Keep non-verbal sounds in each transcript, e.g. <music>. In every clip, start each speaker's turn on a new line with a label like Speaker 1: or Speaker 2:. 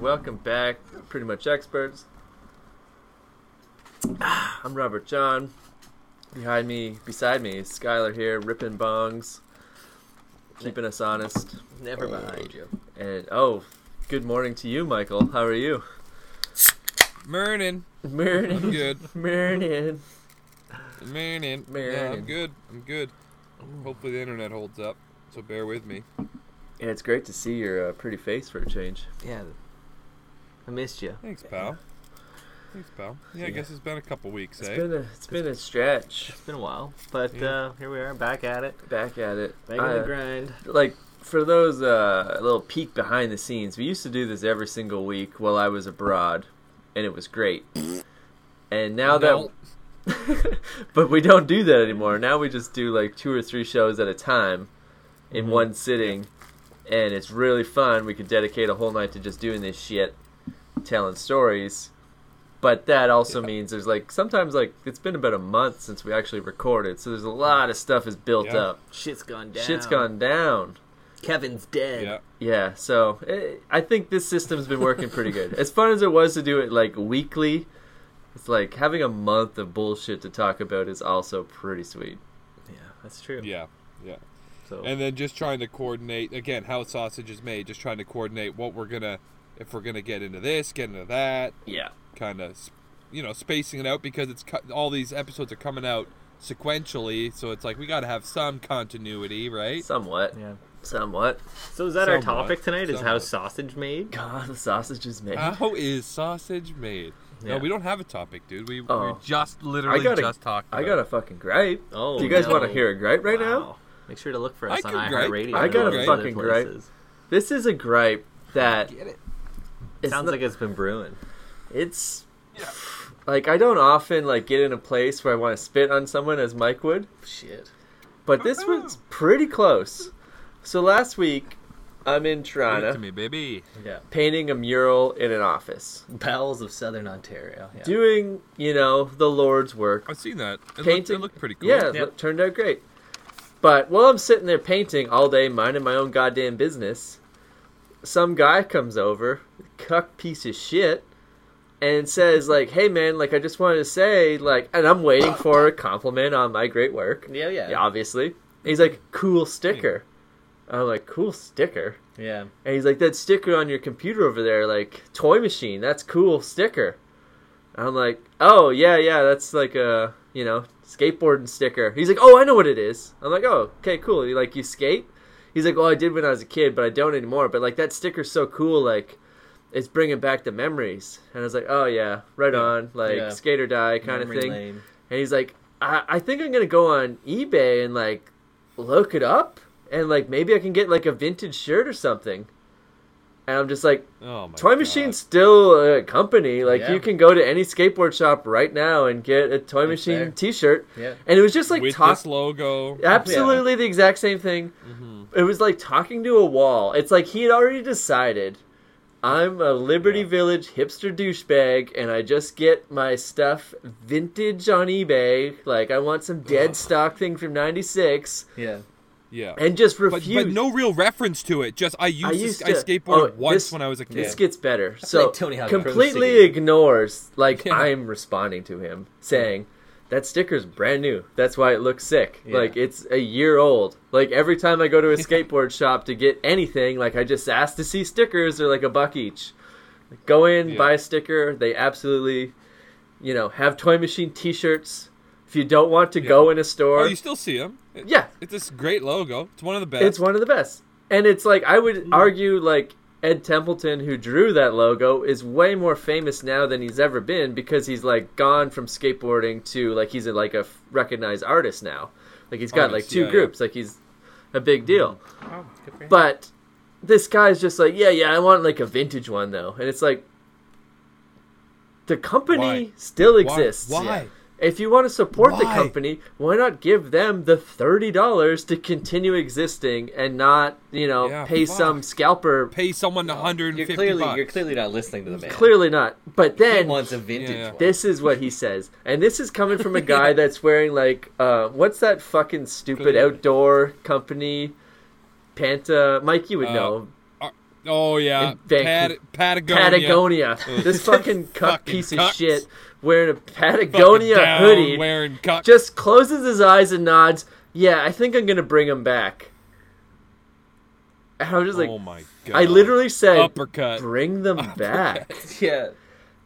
Speaker 1: Welcome back, pretty much experts. <sighs> I'm Robert John. Behind me, beside me, is Skylar here, ripping bongs, keeping us honest.
Speaker 2: Never behind you.
Speaker 1: And oh, good morning to you, Michael. How are you? <laughs>
Speaker 3: Morning. I'm
Speaker 1: Morning, <laughs>
Speaker 3: good.
Speaker 1: morning. <laughs>
Speaker 3: Morning. Yeah,
Speaker 1: Morning.
Speaker 3: I'm good. I'm good. Hopefully the internet holds up, so bear with me.
Speaker 1: Yeah, it's great to see your uh, pretty face for a change.
Speaker 2: Yeah. I missed you.
Speaker 3: Thanks, pal. Thanks, pal. Yeah, I
Speaker 2: Yeah.
Speaker 3: guess it's been a couple weeks,
Speaker 1: It's
Speaker 3: eh?
Speaker 1: been a it's been a stretch.
Speaker 2: It's been a while, but
Speaker 3: Yeah.
Speaker 2: uh, here we are, back at it,
Speaker 1: Back at it.
Speaker 2: back on
Speaker 1: Uh,
Speaker 2: the grind.
Speaker 1: like for those uh little peek behind the scenes we used to do this every single week while i was abroad and it was great and now
Speaker 3: No.
Speaker 1: that <laughs> but we don't do that anymore now we just do like two or three shows at a time in
Speaker 3: Mhm.
Speaker 1: one sitting and it's really fun we could dedicate a whole night to just doing this shit telling stories but that also
Speaker 3: Yeah.
Speaker 1: means there's like sometimes like it's been about a month since we actually recorded so there's a lot of stuff is built
Speaker 3: Yeah.
Speaker 1: up
Speaker 2: Shit's gone down.
Speaker 1: shit's gone down
Speaker 2: Kevin's dead.
Speaker 3: Yeah.
Speaker 1: yeah, so eh, I think this system's been working pretty good. As fun as it was to do it like weekly, it's like having a month of bullshit to talk about is also pretty sweet.
Speaker 2: Yeah, that's true.
Speaker 3: Yeah. Yeah.
Speaker 2: So
Speaker 3: And then just trying to coordinate again how sausage is made, just trying to coordinate what we're gonna if we're gonna get into this, get into that,
Speaker 1: Yeah.
Speaker 3: kind of you know, spacing it out because it's cut all these episodes are coming out sequentially, so it's like we got to have some continuity, right?
Speaker 1: Somewhat.
Speaker 2: yeah.
Speaker 1: Somewhat.
Speaker 2: So is that our
Speaker 3: Somewhat.
Speaker 2: topic tonight? Is how
Speaker 3: Somewhat.
Speaker 2: sausage made?
Speaker 1: God, the sausage is made.
Speaker 3: How is sausage made?
Speaker 2: Yeah.
Speaker 3: No, we don't have a topic, dude. We,
Speaker 1: Oh.
Speaker 3: We're just
Speaker 1: I
Speaker 3: literally
Speaker 1: got a,
Speaker 3: just talking.
Speaker 1: I
Speaker 3: about
Speaker 1: got a
Speaker 3: it.
Speaker 1: fucking gripe.
Speaker 2: Oh,
Speaker 1: do you guys
Speaker 2: no.
Speaker 1: want to hear a gripe right now?
Speaker 2: Wow. Make sure to look for
Speaker 3: I
Speaker 2: us on
Speaker 3: can gripe.
Speaker 2: iHeartRadio.
Speaker 1: I
Speaker 2: and
Speaker 1: got
Speaker 3: a
Speaker 2: all those
Speaker 1: fucking
Speaker 2: other
Speaker 1: gripe.
Speaker 2: places.
Speaker 1: This is a gripe that
Speaker 3: Get it.
Speaker 1: it's
Speaker 2: Sounds
Speaker 1: not-
Speaker 2: like it's been brewing.
Speaker 1: it's
Speaker 3: Yeah.
Speaker 1: like I don't often like get in a place where I want to spit on someone as Mike would.
Speaker 2: Shit.
Speaker 1: But this
Speaker 3: Woohoo!
Speaker 1: one's pretty close. So last week, I'm in
Speaker 3: Give it to
Speaker 1: Toronto
Speaker 3: me, baby.
Speaker 2: Yeah.
Speaker 1: painting a mural in an office,
Speaker 2: Bowels of Southern Ontario. Yeah.
Speaker 1: doing, you know, the Lord's work.
Speaker 3: I've seen that. It looked,
Speaker 1: Painting.
Speaker 3: it looked pretty cool.
Speaker 1: Yeah, it
Speaker 2: Yeah.
Speaker 1: loo- turned out great. But while I'm sitting there painting all day, minding my own goddamn business, some guy comes over, cuck piece of shit, and says, like, hey man, like, I just wanted to say, like, and I'm waiting for a compliment on my great work.
Speaker 2: Yeah, yeah.
Speaker 1: Yeah, obviously. He's like, cool sticker. I'm like, cool sticker.
Speaker 2: Yeah.
Speaker 1: And he's like, that sticker on your computer over there, like toy machine, that's cool sticker. And I'm like, oh yeah, yeah, that's like a you know skateboarding sticker. He's like, oh, I know what it is. I'm like, oh, okay, cool. You like you skate? He's like, well, I did when I was a kid, but I don't anymore. But like that sticker's so cool, like it's bringing back the memories. And I was like, oh yeah, right on, like
Speaker 2: Yeah.
Speaker 1: skate or die kind
Speaker 2: Memory
Speaker 1: of thing.
Speaker 2: lane.
Speaker 1: And he's like, I, I think I'm gonna go on eBay and like look it up, and like maybe I can get like a vintage shirt or something. And I'm just like,
Speaker 3: Oh my.
Speaker 1: Toy
Speaker 3: God.
Speaker 1: Machine's still a company. Like
Speaker 2: Yeah.
Speaker 1: you can go to any skateboard shop right now and get a Toy
Speaker 2: It's
Speaker 1: Machine
Speaker 2: there.
Speaker 1: T-shirt.
Speaker 2: Yeah.
Speaker 1: And it was just like
Speaker 3: with
Speaker 1: talk,
Speaker 3: this logo.
Speaker 1: absolutely the exact same thing.
Speaker 3: hmm
Speaker 1: It was like talking to a wall. It's like he had already decided. I'm a Liberty
Speaker 3: Yeah.
Speaker 1: Village hipster douchebag, and I just get my stuff vintage on eBay. Like I want some dead
Speaker 3: Ugh.
Speaker 1: stock thing from '96,
Speaker 2: Yeah.
Speaker 3: Yeah.
Speaker 1: and just
Speaker 3: But,
Speaker 1: refuse.
Speaker 3: but no real reference to it. Just I used,
Speaker 1: I
Speaker 3: to-
Speaker 1: used to-
Speaker 3: I skateboarded
Speaker 1: oh,
Speaker 3: once
Speaker 1: this-
Speaker 3: when I was a kid.
Speaker 1: This
Speaker 2: Yeah.
Speaker 1: gets better. So
Speaker 2: like Tony Hawk Pro
Speaker 1: completely
Speaker 2: Skater.
Speaker 1: ignores like
Speaker 3: Yeah.
Speaker 1: I'm responding to him saying that sticker's brand new. That's why it looks sick.
Speaker 2: Yeah.
Speaker 1: Like it's a year old. Like every time I go
Speaker 2: <laughs>
Speaker 1: to a skateboard shop to get anything, like I just ask to see stickers. They're like a buck each. Go in,
Speaker 3: Yeah.
Speaker 1: buy a sticker. They absolutely, you know, have toy machine T-shirts. If you don't want to go in a store,
Speaker 3: Oh, you still see them?
Speaker 1: yeah,
Speaker 3: It's this great logo. It's one of the best. Mm.
Speaker 1: it's one of the best. And it's like I would argue like Ed Templeton who drew that logo is way more famous now than he's ever been because he's like gone from skateboarding to like he's a, like a f- recognized artist now. Like he's got
Speaker 3: Artist,
Speaker 1: like two
Speaker 3: yeah, Mm. yeah.
Speaker 1: groups. Like he's a big deal.
Speaker 2: Oh, good for him.
Speaker 1: But this guy's just like, yeah, yeah, I want like a vintage one though. And it's like the company
Speaker 3: Why?
Speaker 1: still
Speaker 3: Why-
Speaker 1: exists.
Speaker 3: Why?
Speaker 2: yeah.
Speaker 1: If you want to support the
Speaker 3: Why?
Speaker 1: company, why not give them the thirty dollars to continue existing and not, you know,
Speaker 3: Yeah,
Speaker 1: pay
Speaker 3: fuck.
Speaker 1: some scalper?
Speaker 3: Pay someone 150
Speaker 2: You're clearly
Speaker 3: bucks.
Speaker 2: you're clearly not listening to the man.
Speaker 1: Clearly not. But
Speaker 2: he
Speaker 1: then
Speaker 2: wants a vintage
Speaker 3: Yeah.
Speaker 2: one.
Speaker 1: this is what he says, and this is coming
Speaker 3: <laughs>
Speaker 1: from a guy that's wearing like, uh, what's that fucking stupid
Speaker 3: Clearly.
Speaker 1: outdoor company? Panta, Mike, you would
Speaker 3: Uh,
Speaker 1: know.
Speaker 3: Ar- Oh yeah,
Speaker 1: In
Speaker 3: Pat-
Speaker 1: Vancouver.
Speaker 3: Patagonia.
Speaker 1: Patagonia.
Speaker 3: <laughs> Ugh.
Speaker 1: This fucking cuck
Speaker 3: Fucking
Speaker 1: piece
Speaker 3: cucks.
Speaker 1: of shit wearing a
Speaker 3: Fucking
Speaker 1: Patagonia
Speaker 3: down,
Speaker 1: hoodie
Speaker 3: wearing cock.
Speaker 1: just closes his eyes and nods. Yeah, I think I'm gonna bring him back. And I was just like,
Speaker 3: oh my god!
Speaker 1: I literally said,
Speaker 3: uppercut.
Speaker 1: "Bring them back."
Speaker 2: Yeah.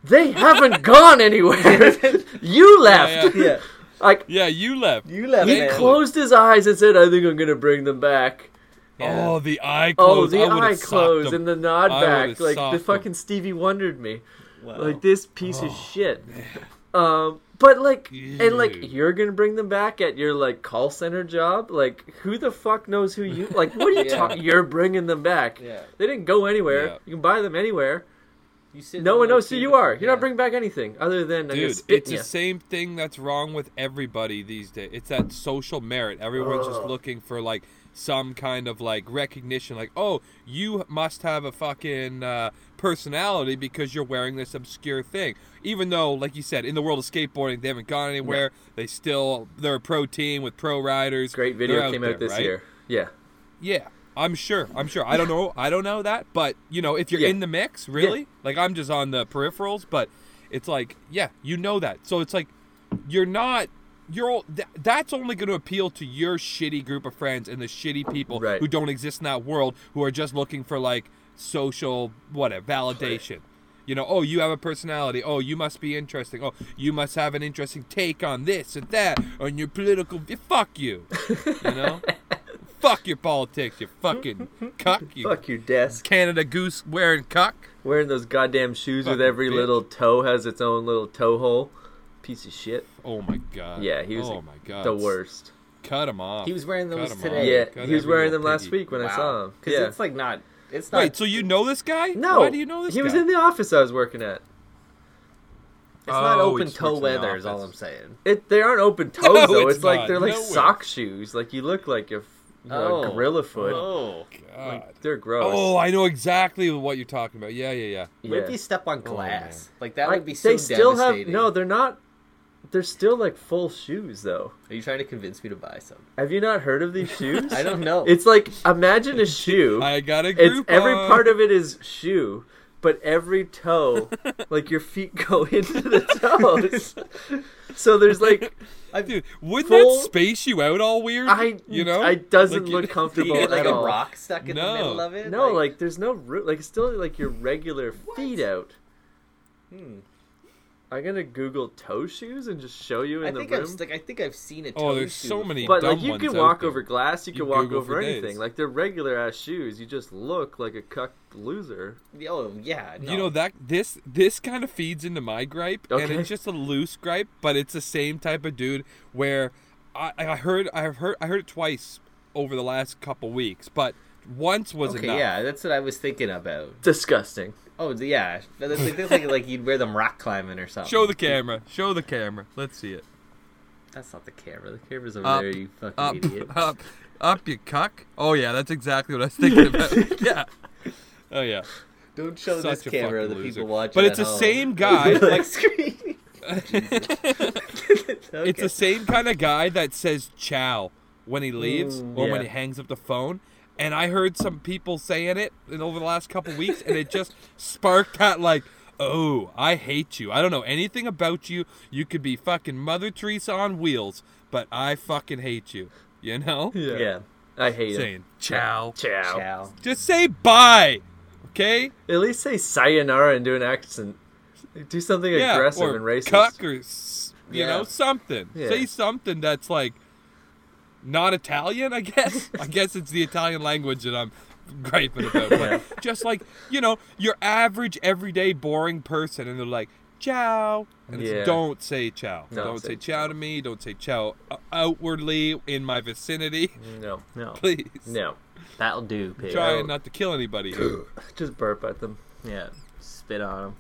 Speaker 1: They haven't gone anywhere. <laughs> you left.
Speaker 2: Yeah.
Speaker 1: Like
Speaker 3: Yeah, you left.
Speaker 2: You left.
Speaker 1: he
Speaker 3: man.
Speaker 1: closed his eyes and said, "I think I'm gonna bring them back."
Speaker 2: Yeah.
Speaker 3: Oh, the eye
Speaker 1: Oh,
Speaker 3: closed.
Speaker 1: the
Speaker 3: I
Speaker 1: eye closed and the nod
Speaker 3: I
Speaker 1: back,
Speaker 3: would've
Speaker 1: like
Speaker 3: socked
Speaker 1: the
Speaker 3: 'em.
Speaker 1: fucking Stevie wondered me. <laughs>
Speaker 2: Wow.
Speaker 1: like this piece of shit. Um, but like, and like,
Speaker 3: Oh, Ew.
Speaker 1: you're gonna bring them back at your like call center job. Like, who the fuck knows who you? Like, what are
Speaker 3: <laughs>
Speaker 1: you
Speaker 2: Yeah.
Speaker 1: talking? You're bringing them back.
Speaker 2: Yeah.
Speaker 1: They didn't go anywhere.
Speaker 3: Yeah.
Speaker 1: You can buy them anywhere.
Speaker 2: You sit
Speaker 1: no
Speaker 2: in
Speaker 1: one
Speaker 2: the
Speaker 1: knows who you
Speaker 2: cubicle.
Speaker 1: are. You're
Speaker 2: Yeah.
Speaker 1: not bringing back anything other than I'm gonna
Speaker 3: Dude,
Speaker 1: spit
Speaker 3: it's
Speaker 1: in
Speaker 3: the
Speaker 1: ya.
Speaker 3: same thing that's wrong with everybody these days. It's that social merit. Everyone's just
Speaker 1: Ugh.
Speaker 3: looking for like some kind of like recognition. Like, oh, you must have a fucking uh, personality because you're wearing this obscure thing. Even though, like you said, in the world of skateboarding, they haven't gone anywhere. They still they're a pro team with pro riders.
Speaker 1: Great
Speaker 3: They're
Speaker 1: video came
Speaker 3: there,
Speaker 1: out this
Speaker 3: right?
Speaker 1: year. Yeah.
Speaker 3: Yeah, I'm sure. I'm sure. I don't know. I don't know that, but you know, if you're
Speaker 1: Yeah.
Speaker 3: in the mix, really, like I'm just on the peripherals, but it's like, yeah, you know that. So it's like, you're not. You're all, th- that's only going to appeal to your shitty group of friends and the shitty people
Speaker 1: Right.
Speaker 3: who don't exist in that world who are just looking for like social whatever validation. You know, oh, you have a personality. Oh, you must be interesting. Oh, you must have an interesting take on this and that on your political. Fuck you. You know. Fuck your politics, you fucking cuck, you
Speaker 1: Fuck your
Speaker 3: <laughs>
Speaker 1: desk.
Speaker 3: Canada goose wearing cuck.
Speaker 1: Wearing those goddamn shoes with
Speaker 3: Fucking
Speaker 1: every
Speaker 3: bitch.
Speaker 1: little toe has its own little toe hole. Piece of shit.
Speaker 3: Oh my god.
Speaker 1: Yeah, he was
Speaker 3: Oh
Speaker 1: like
Speaker 3: my god.
Speaker 1: The worst.
Speaker 3: Cut him off.
Speaker 2: He was wearing
Speaker 3: Cut
Speaker 2: those
Speaker 3: 'em
Speaker 2: today.
Speaker 3: off.
Speaker 1: Yeah,
Speaker 3: Cut
Speaker 1: he was
Speaker 3: every
Speaker 1: wearing
Speaker 3: little
Speaker 1: them last
Speaker 3: piggy.
Speaker 1: week when I saw him.
Speaker 2: Because
Speaker 1: Yeah.
Speaker 2: it's like not. It's not.
Speaker 3: Wait, so you know this guy?
Speaker 1: No.
Speaker 3: Why do you know this
Speaker 1: He
Speaker 3: guy?
Speaker 1: was in the office I was working at.
Speaker 2: it's not
Speaker 3: Oh,
Speaker 2: open
Speaker 3: he
Speaker 2: toe
Speaker 3: works in the
Speaker 2: weather. Is all I'm
Speaker 3: office.
Speaker 2: saying.
Speaker 1: It they aren't open <laughs> toes
Speaker 3: No,
Speaker 1: though.
Speaker 3: it's
Speaker 1: It's, like
Speaker 3: not.
Speaker 1: they're like
Speaker 3: No way.
Speaker 1: sock shoes. Like you look like a f- you know, a
Speaker 2: Oh.
Speaker 1: gorilla foot.
Speaker 2: Oh.
Speaker 3: God.
Speaker 1: They're gross.
Speaker 3: Oh, I know exactly what you're talking about. Yeah, yeah, yeah.
Speaker 1: Yeah.
Speaker 2: What if you step on
Speaker 3: Oh, man.
Speaker 2: glass? like that
Speaker 1: Like,
Speaker 2: would be so
Speaker 1: they still have
Speaker 2: devastating.
Speaker 1: no. They're not. They're still like full shoes though.
Speaker 2: Are you trying to convince me to buy
Speaker 1: <laughs>
Speaker 2: some?
Speaker 1: Have you not heard <laughs> of these shoes?
Speaker 2: I don't know.
Speaker 1: It's like imagine a shoe.
Speaker 3: I got a
Speaker 1: It's
Speaker 3: group.
Speaker 1: every
Speaker 2: uh,
Speaker 1: part of it is shoe, but every
Speaker 2: <laughs>
Speaker 1: toe, like your feet go <laughs> into the toes. so there's like
Speaker 3: Dude, wouldn't
Speaker 1: full-
Speaker 3: that space you out all weird?
Speaker 1: I
Speaker 3: you know,
Speaker 1: I doesn't
Speaker 3: Like, you- <laughs>
Speaker 1: look
Speaker 2: <laughs> Do you
Speaker 1: comfortable
Speaker 2: get like
Speaker 1: at
Speaker 2: a
Speaker 1: all.
Speaker 2: rock stuck in the
Speaker 3: No.
Speaker 2: middle of it?
Speaker 1: No, like, there's no root. Like it's still like your regular feet out.
Speaker 2: hmm.
Speaker 1: I'm gonna Google toe shoes and just show you in
Speaker 2: I
Speaker 1: the
Speaker 2: think
Speaker 1: room.
Speaker 2: I've like I think I've seen it.
Speaker 3: Oh, there's so many.
Speaker 1: but like
Speaker 3: dumb
Speaker 1: you
Speaker 3: ones
Speaker 1: can
Speaker 3: out
Speaker 1: walk
Speaker 3: there.
Speaker 1: over glass, you
Speaker 3: You
Speaker 1: can walk
Speaker 3: Google
Speaker 1: over
Speaker 3: for days.
Speaker 1: anything. Like they're regular ass shoes. You just look like a cuck loser.
Speaker 2: Oh yeah. No.
Speaker 3: You know that this this kind of feeds into my gripe, and
Speaker 1: Okay.
Speaker 3: it's just a loose gripe, but it's the same type of dude where I, I heard I've heard I heard it twice over the last couple weeks, but once was
Speaker 2: Okay,
Speaker 3: enough.
Speaker 2: yeah, that's what I was thinking about.
Speaker 1: Disgusting.
Speaker 2: Oh yeah, but that's like, that's like like you'd wear them rock climbing or something.
Speaker 3: Show the camera. Show the camera. Let's see it.
Speaker 2: That's not the camera. The camera's over
Speaker 3: Up,
Speaker 2: there. You fucking
Speaker 3: Up,
Speaker 2: idiot.
Speaker 3: up, up, you cuck. Oh yeah, that's exactly what I was thinking about. <laughs> yeah. Oh yeah.
Speaker 2: <laughs> Don't show
Speaker 3: Such
Speaker 2: this
Speaker 3: a
Speaker 2: camera.
Speaker 3: fucking
Speaker 2: The
Speaker 3: loser.
Speaker 2: people watching.
Speaker 3: But it's
Speaker 2: at
Speaker 3: the
Speaker 2: home. <laughs>
Speaker 3: same guy,
Speaker 2: like <laughs> screaming. <laughs> okay.
Speaker 3: It's the same kind of guy that says "chow" when he leaves
Speaker 1: Mm,
Speaker 3: or
Speaker 1: yeah.
Speaker 3: when he hangs up the phone. And I heard some people saying it in- over the last couple weeks, and it
Speaker 1: <laughs>
Speaker 3: just sparked that like, "Oh, I hate you. I don't know anything about you. You could be fucking Mother Teresa on wheels, but I fucking hate you." You know,
Speaker 1: Yeah.
Speaker 2: yeah.
Speaker 1: I hate it.
Speaker 3: saying "chow."
Speaker 1: Ciao.
Speaker 2: Chow.
Speaker 3: Just say bye, okay?
Speaker 1: At least say sayonara and do an accent. Do something
Speaker 3: yeah,
Speaker 1: aggressive
Speaker 3: or
Speaker 1: and racist.
Speaker 3: cuck or s- you
Speaker 2: Yeah.
Speaker 3: know something.
Speaker 1: Yeah.
Speaker 3: Say something that's like not Italian.
Speaker 1: <laughs>
Speaker 3: I guess. I guess it's the Italian language that I'm griping about. But
Speaker 1: Yeah.
Speaker 3: just like you know, your average, everyday, boring person, and they're like, "Ciao," and
Speaker 1: Yeah.
Speaker 3: it's, don't say "ciao."
Speaker 1: Don't
Speaker 3: don't
Speaker 1: say
Speaker 3: say, "ciao" to me. Don't say "ciao" o- outwardly in my vicinity,
Speaker 1: no, no,
Speaker 3: <laughs> please.
Speaker 1: no.
Speaker 2: That'll do, pig.
Speaker 3: Trying not to
Speaker 1: <clears throat>
Speaker 3: kill anybody. here.
Speaker 1: Just burp at them.
Speaker 2: Yeah. Spit on him.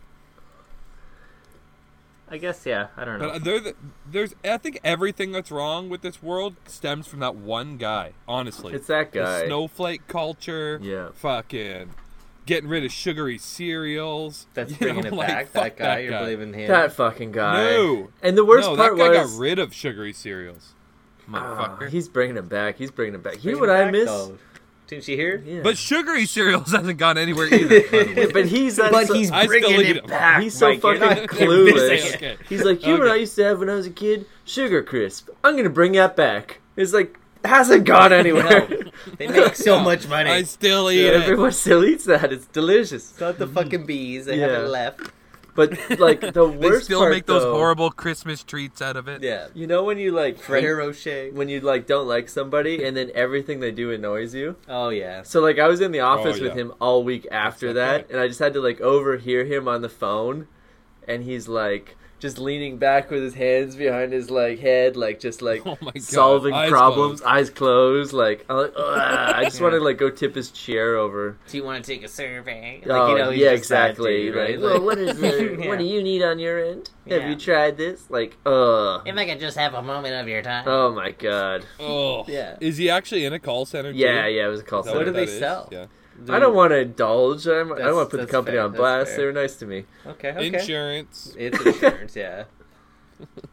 Speaker 2: I guess yeah. I don't know.
Speaker 3: But uh, there, there's. I think everything that's wrong with this world stems from that one guy. Honestly,
Speaker 1: It's that guy.
Speaker 3: The snowflake culture.
Speaker 1: Yeah.
Speaker 3: Fucking getting rid of sugary cereals.
Speaker 2: That's
Speaker 3: <laughs> You
Speaker 2: bringing
Speaker 3: know,
Speaker 2: it
Speaker 3: like,
Speaker 2: back.
Speaker 3: fuck
Speaker 2: That guy. you're blaming him.
Speaker 1: that fucking guy.
Speaker 3: No.
Speaker 1: And the worst
Speaker 3: no,
Speaker 1: part
Speaker 3: that guy
Speaker 1: was
Speaker 3: got rid of sugary cereals.
Speaker 1: Ah,
Speaker 3: Motherfucker.
Speaker 1: he's Ah, bringing it back. He's bringing it back. you
Speaker 2: Bringing
Speaker 1: know what
Speaker 2: it
Speaker 1: I
Speaker 2: back,
Speaker 1: miss?
Speaker 2: though. Didn't you hear? <laughs>
Speaker 1: Yeah.
Speaker 3: But sugary cereals <laughs> hasn't gone anywhere
Speaker 1: <laughs>
Speaker 3: either. by the way.
Speaker 1: but he's that.
Speaker 2: But
Speaker 1: so-
Speaker 2: he's
Speaker 3: I still
Speaker 2: bringing
Speaker 3: look
Speaker 2: it,
Speaker 3: at it.
Speaker 2: back.
Speaker 1: He's so
Speaker 2: Mike. You're
Speaker 1: fucking
Speaker 2: not
Speaker 1: clueless.
Speaker 2: convincing it.
Speaker 3: Okay.
Speaker 1: He's like, you know what I
Speaker 3: Okay.
Speaker 1: used to have when I was a kid? Sugar crisp. I'm gonna bring that back. It's like hasn't gone
Speaker 2: <laughs>
Speaker 1: anywhere. <laughs>
Speaker 3: <laughs>
Speaker 2: They make so much money.
Speaker 3: I still eat it.
Speaker 1: Everyone still eats that. It's delicious.
Speaker 2: It's not the fucking bees. They
Speaker 1: Yeah.
Speaker 2: haven't left.
Speaker 1: But like
Speaker 2: <laughs>
Speaker 1: the worst
Speaker 3: They still
Speaker 1: part,
Speaker 3: make those
Speaker 1: though,
Speaker 3: horrible Christmas treats out of it.
Speaker 2: Yeah.
Speaker 1: You know when you like
Speaker 2: Frere Rocher.
Speaker 1: when you like don't like somebody and then everything they do annoys you.
Speaker 2: Oh yeah.
Speaker 1: So like I was in the office
Speaker 3: Oh,
Speaker 1: with
Speaker 3: yeah.
Speaker 1: him all week after
Speaker 3: not
Speaker 1: that,
Speaker 3: bad.
Speaker 1: and I just had to like overhear him on the phone, and he's like just leaning back with his hands behind his like head, like just
Speaker 2: <laughs>
Speaker 1: like
Speaker 3: Oh my God,
Speaker 1: solving
Speaker 3: eyes
Speaker 1: problems, eyes closed. Like I'm like, "Ugh," I just want to like go tip his chair over.
Speaker 2: Do you want to take a survey? Like,
Speaker 1: oh,
Speaker 2: you know, he's
Speaker 1: yeah,
Speaker 2: just that
Speaker 1: exactly.
Speaker 2: dude,
Speaker 1: right?
Speaker 2: right?
Speaker 1: well,
Speaker 2: Like-
Speaker 1: what
Speaker 2: <laughs>
Speaker 1: is the,
Speaker 2: Yeah.
Speaker 1: what do you need on your end? Have
Speaker 2: Yeah.
Speaker 1: you tried this? Like, uh,
Speaker 4: If I could just have a moment of your time.
Speaker 1: oh my god.
Speaker 3: Oh.
Speaker 2: Yeah.
Speaker 3: Is he actually in a call center?
Speaker 1: Yeah,
Speaker 3: too? Is
Speaker 1: yeah, it was a call
Speaker 3: that
Speaker 1: center.
Speaker 2: do
Speaker 3: that
Speaker 2: they
Speaker 3: is?
Speaker 2: sell?
Speaker 3: Yeah.
Speaker 1: I don't want to indulge. I'm, I don't
Speaker 2: That's-
Speaker 1: want to put the
Speaker 2: that's
Speaker 1: company
Speaker 2: fair,
Speaker 1: on
Speaker 2: that's
Speaker 1: blast.
Speaker 2: fair.
Speaker 1: They were nice to me.
Speaker 2: Okay. Okay.
Speaker 3: Insurance.
Speaker 2: It's <laughs> insurance. Yeah.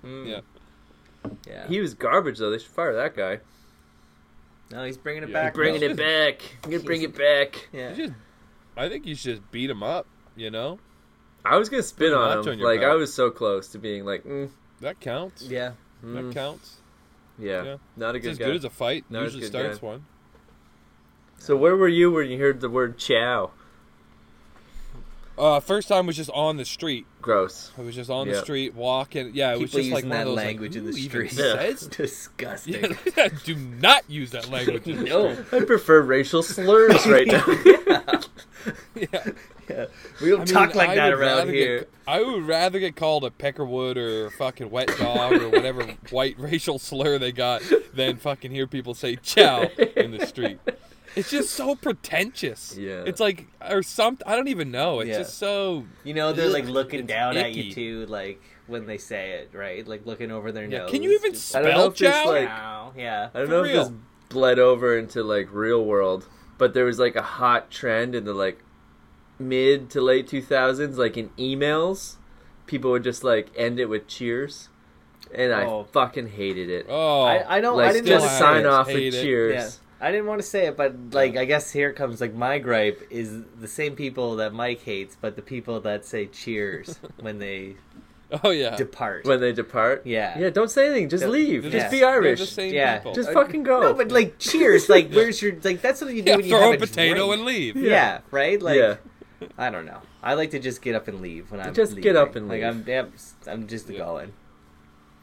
Speaker 2: Mm.
Speaker 3: Yeah.
Speaker 2: Yeah.
Speaker 1: He was garbage though. They should fire that guy.
Speaker 2: no, he's bringing it
Speaker 3: Yeah.
Speaker 2: back.
Speaker 1: Bringing
Speaker 2: though.
Speaker 1: it back. I'm gonna bring it back.
Speaker 2: Yeah.
Speaker 3: You just, I think you should just beat him up. You know
Speaker 1: I was gonna spit
Speaker 3: Pretty
Speaker 1: on
Speaker 3: much
Speaker 1: him.
Speaker 3: on your
Speaker 1: like
Speaker 3: back.
Speaker 1: I was so close to being like, mm,
Speaker 3: that counts.
Speaker 2: Yeah.
Speaker 3: That
Speaker 1: mm,
Speaker 3: counts.
Speaker 1: yeah,
Speaker 3: yeah.
Speaker 1: not a
Speaker 3: It's
Speaker 1: good
Speaker 3: as
Speaker 1: guy.
Speaker 3: good as a fight.
Speaker 1: No, it's
Speaker 3: Usually
Speaker 1: a good guy.
Speaker 3: starts one.
Speaker 1: so where were you when you heard the word "chow"?
Speaker 3: Uh, first time was just on the street.
Speaker 1: Gross. <laughs>
Speaker 3: I was just on
Speaker 1: Yeah.
Speaker 3: the street walking. Yeah, it was
Speaker 2: People
Speaker 3: just like
Speaker 2: using
Speaker 3: one
Speaker 2: that
Speaker 3: of those, like,
Speaker 2: language in
Speaker 3: who
Speaker 2: the
Speaker 3: even
Speaker 2: street.
Speaker 1: Yeah.
Speaker 3: says
Speaker 2: Disgusting.
Speaker 3: <laughs> Yeah, do not use that
Speaker 2: <laughs>
Speaker 3: language.
Speaker 2: no.
Speaker 1: I prefer racial slurs right <laughs> now.
Speaker 2: <laughs>
Speaker 3: Yeah.
Speaker 2: Yeah. We don't
Speaker 3: I mean,
Speaker 2: talk like
Speaker 3: I
Speaker 2: that
Speaker 3: would
Speaker 2: around
Speaker 3: rather
Speaker 2: here.
Speaker 3: Get, I would rather get called a peckerwood or a fucking wet dog or
Speaker 2: <laughs>
Speaker 3: whatever white racial slur they got than fucking hear people say chow in the street. It's just so pretentious.
Speaker 1: Yeah.
Speaker 3: It's like or something. I don't even know. It's
Speaker 2: Yeah.
Speaker 3: just so.
Speaker 2: You know, they're like
Speaker 3: Ugh,
Speaker 2: looking
Speaker 3: it's
Speaker 2: down at
Speaker 3: icky.
Speaker 2: you too, like when they say it, right? Like looking over their
Speaker 3: Yeah.
Speaker 2: nose.
Speaker 3: Can you even
Speaker 2: Just,
Speaker 1: I don't know
Speaker 3: spell
Speaker 1: if there's,
Speaker 3: chow?
Speaker 1: like-
Speaker 2: Wow, yeah.
Speaker 1: I don't
Speaker 3: For
Speaker 1: know
Speaker 3: real.
Speaker 1: if this bled over into like real world, but there was like a hot trend in the like mid to late 2000s, like in emails, people would just like end it with cheers, and
Speaker 2: Oh.
Speaker 1: I fucking hated it.
Speaker 3: oh.
Speaker 2: I, I don't. I
Speaker 1: like
Speaker 2: didn't
Speaker 1: just
Speaker 2: want to
Speaker 3: have
Speaker 1: sign
Speaker 3: it.
Speaker 1: off
Speaker 3: Hate
Speaker 1: with
Speaker 3: it.
Speaker 2: Yeah,
Speaker 1: cheers.
Speaker 2: I didn't want to say it, but like I guess here comes like my gripe is the same people that Mike hates, but the people that say
Speaker 3: <laughs>
Speaker 2: cheers when they
Speaker 3: oh yeah.
Speaker 2: depart.
Speaker 1: When they depart,
Speaker 2: Yeah.
Speaker 1: yeah, don't say anything. Just
Speaker 2: They're-
Speaker 1: leave.
Speaker 3: They're
Speaker 1: Just
Speaker 2: just-
Speaker 1: be
Speaker 3: they're
Speaker 1: Irish.
Speaker 3: The same
Speaker 2: Yeah.
Speaker 3: people. Uh,
Speaker 1: Just
Speaker 2: I-
Speaker 1: fucking go.
Speaker 2: no, but like cheers,
Speaker 3: <laughs>
Speaker 2: like where's your like that's what you do
Speaker 3: Oh. yeah,
Speaker 2: when you
Speaker 3: throw
Speaker 2: have
Speaker 3: a potato
Speaker 2: drink.
Speaker 3: and leave.
Speaker 2: Yeah. right. Like
Speaker 1: Yeah.
Speaker 2: I don't know. I like to just get up and leave when I'm
Speaker 1: Just get up
Speaker 2: leaving.
Speaker 1: and
Speaker 2: like
Speaker 1: leave.
Speaker 2: I'm damn, I'm just
Speaker 3: Yeah.
Speaker 2: going.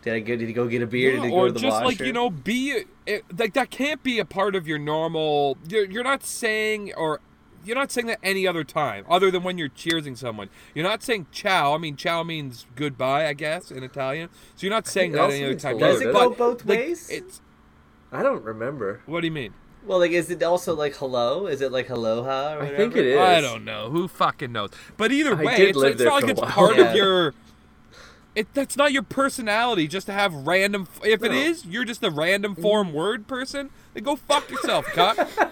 Speaker 2: Did I go? Did he go get a beer?
Speaker 3: Yeah,
Speaker 2: did he go
Speaker 3: or
Speaker 2: to the
Speaker 3: just
Speaker 2: washroom?
Speaker 3: like you know, be it, like that can't be a part of your normal. You're, you're not saying or you're not saying that any other time other than when you're cheersing someone. You're not saying ciao. I mean, ciao means goodbye, I guess, in Italian. So you're not saying
Speaker 1: it
Speaker 3: that
Speaker 1: also
Speaker 3: any other
Speaker 1: means
Speaker 3: time.
Speaker 1: hello,
Speaker 2: Does it
Speaker 1: doesn't
Speaker 2: go
Speaker 3: But,
Speaker 2: both
Speaker 3: like,
Speaker 2: ways?
Speaker 3: It's
Speaker 1: I don't remember.
Speaker 3: what do you mean?
Speaker 2: well, like is it also like hello? Is it like aloha? Or
Speaker 1: I
Speaker 2: whatever?
Speaker 1: think it is.
Speaker 3: I don't know. Who fucking knows? But either
Speaker 1: I
Speaker 3: way,
Speaker 1: did
Speaker 3: it's,
Speaker 1: live
Speaker 3: it's
Speaker 1: there
Speaker 3: not like
Speaker 1: for a
Speaker 3: it's
Speaker 1: while. <laughs>
Speaker 3: part
Speaker 2: Yeah.
Speaker 3: of your. It, that's not your personality just to have random. If it
Speaker 1: No. Mm.
Speaker 3: is, you're just a random form word person. Then go fuck yourself,
Speaker 1: <laughs>
Speaker 3: cuck.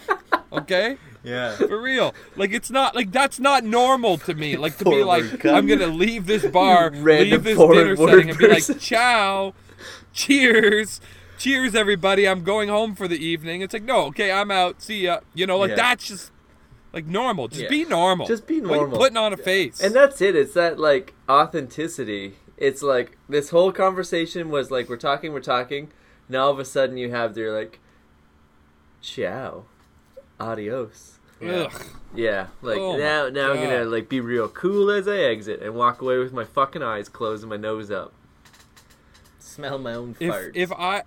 Speaker 3: Okay,
Speaker 2: Yeah.
Speaker 3: for real. Like it's not like that's not normal to me. Like to be
Speaker 2: Forward
Speaker 3: like
Speaker 2: cuck.
Speaker 3: I'm gonna leave this bar,
Speaker 1: <laughs> Random
Speaker 3: leave this
Speaker 1: foreign
Speaker 3: dinner
Speaker 1: word
Speaker 3: setting, and be
Speaker 1: person.
Speaker 3: like, "Ciao, cheers." Cheers, everybody! I'm going home for the evening. It's like, no, okay, I'm out. See ya. You know, like
Speaker 1: Yeah.
Speaker 3: that's just like normal. Just
Speaker 1: Yeah.
Speaker 3: be normal.
Speaker 1: Just be
Speaker 3: What are you
Speaker 1: normal.
Speaker 3: putting on a face.
Speaker 1: And that's it. It's that like authenticity. It's like this whole conversation was like we're talking, we're talking. Now all of a sudden you have they're like, ciao, adios.
Speaker 3: Ugh.
Speaker 1: Yeah, like
Speaker 3: Oh my
Speaker 1: now now I'm gonna
Speaker 3: God.
Speaker 1: like be real cool as I exit and walk away with my fucking eyes closed and my nose up.
Speaker 2: Smell my own
Speaker 3: If
Speaker 2: farts.
Speaker 3: if I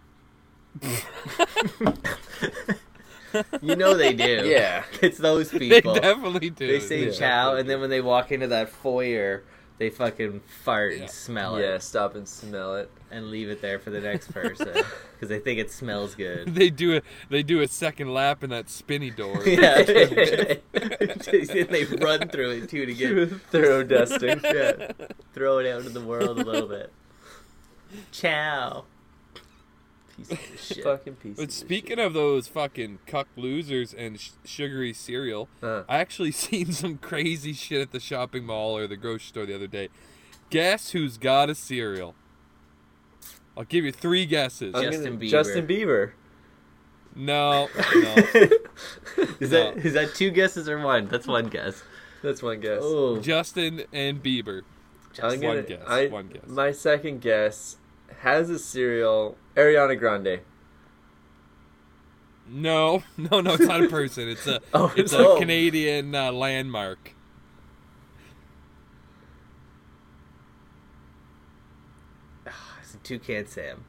Speaker 2: you know they do.
Speaker 3: <laughs>
Speaker 1: Yeah.
Speaker 2: It's those
Speaker 3: they
Speaker 2: people.
Speaker 3: definitely do.
Speaker 2: They say
Speaker 1: Yeah.
Speaker 2: chow, and then when they walk into that foyer, they fucking fart and smell
Speaker 1: Yeah,
Speaker 2: it
Speaker 1: stop and smell it.
Speaker 2: and leave it there for the
Speaker 3: <laughs>
Speaker 2: next person because they think it smells good.
Speaker 3: <laughs> they do a they do a second lap in that spinny
Speaker 1: <laughs>
Speaker 3: door.
Speaker 2: Yeah. and <laughs> they run through it too to get
Speaker 1: <laughs> Thorough dusting.
Speaker 3: <laughs>
Speaker 2: yeah, throw it out into the world a little bit. Chow.
Speaker 1: Piece
Speaker 3: <laughs>
Speaker 1: of shit. Fucking
Speaker 2: <laughs> Fucking
Speaker 1: piece.
Speaker 3: But speaking of those fucking cuck losers and sh- sugary cereal,
Speaker 1: Uh.
Speaker 3: I actually <laughs> seen some crazy shit at the shopping mall or the grocery store the other day. Guess who's got a cereal? I'll give you three guesses.
Speaker 1: Uh.
Speaker 2: Justin Bieber.
Speaker 1: Justin Bieber. <laughs>
Speaker 3: No, no.
Speaker 2: Is
Speaker 3: No.
Speaker 2: that is that two guesses or one? That's one guess.
Speaker 1: That's one guess.
Speaker 2: Oh,
Speaker 3: Justin and Bieber.
Speaker 1: I'm gonna,
Speaker 3: One guess,
Speaker 1: I,
Speaker 3: one guess.
Speaker 1: My second guess has a cereal. Ariana Grande.
Speaker 3: No, <laughs> no, no. It's not a person. It's a
Speaker 1: <laughs> Oh,
Speaker 3: it's
Speaker 1: no.
Speaker 3: a Canadian uh, landmark.
Speaker 2: it's a toucan Sam.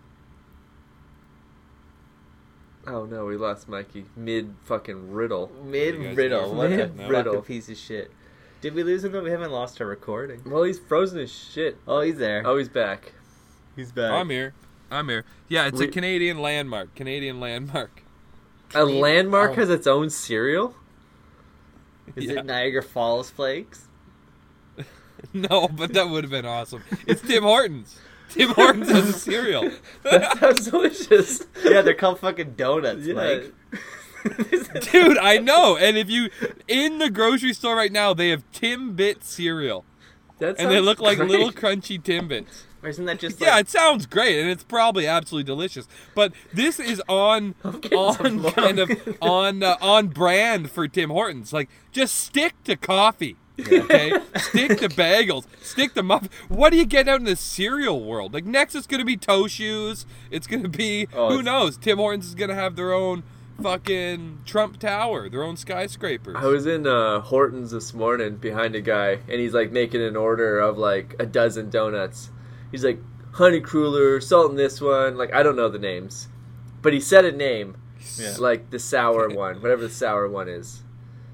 Speaker 1: Oh no, we lost Mikey mid fucking riddle.
Speaker 2: Mid
Speaker 3: You guys
Speaker 2: riddle.
Speaker 3: know.
Speaker 2: What a
Speaker 1: Mid riddle.
Speaker 2: fucking piece of shit. Did we lose him? though? We haven't lost our recording.
Speaker 1: Well, he's frozen as shit.
Speaker 2: Oh, he's there.
Speaker 1: Oh, he's back.
Speaker 2: he's back.
Speaker 3: I'm here. I'm here. Yeah, it's a
Speaker 1: We-
Speaker 3: Canadian landmark. Canadian landmark. <laughs>
Speaker 1: A landmark
Speaker 2: oh.
Speaker 1: has its own <laughs> cereal.
Speaker 2: Is
Speaker 3: Yeah.
Speaker 2: it Niagara Falls Flakes?
Speaker 3: No, but that would have been awesome. It's Tim Hortons. Tim Hortons has a cereal. <laughs>
Speaker 1: That sounds <laughs> delicious.
Speaker 2: Yeah, they're called fucking donuts,
Speaker 1: Yeah.
Speaker 2: Mike.
Speaker 3: Dude, I know. And if you in the grocery store right now, they have Timbit cereal,
Speaker 1: That
Speaker 3: and they
Speaker 1: sounds
Speaker 3: look like
Speaker 1: great.
Speaker 3: little crunchy
Speaker 2: <laughs>
Speaker 3: Timbits.
Speaker 2: Or isn't that just like
Speaker 3: Yeah, it sounds great, and it's probably absolutely delicious. But this is
Speaker 1: <laughs>
Speaker 3: on on
Speaker 1: some
Speaker 3: kind of on uh, on brand for Tim Hortons. Like, just stick to coffee. Okay, stick to bagels, stick to muffins. What do you get out in the cereal world? Like next, it's gonna be Toshu's. It's gonna be
Speaker 2: Oh,
Speaker 3: who
Speaker 2: it's-
Speaker 3: knows. Tim Hortons is gonna have their own fucking Trump Tower, their own skyscrapers.
Speaker 1: I was in uh, Hortons this morning behind a guy, and he's like making an order of like a dozen donuts. He's like honey cruller, salt in this one. Like I don't know the names, but he said a name,
Speaker 2: Yeah.
Speaker 1: like the sour one, whatever the sour one is,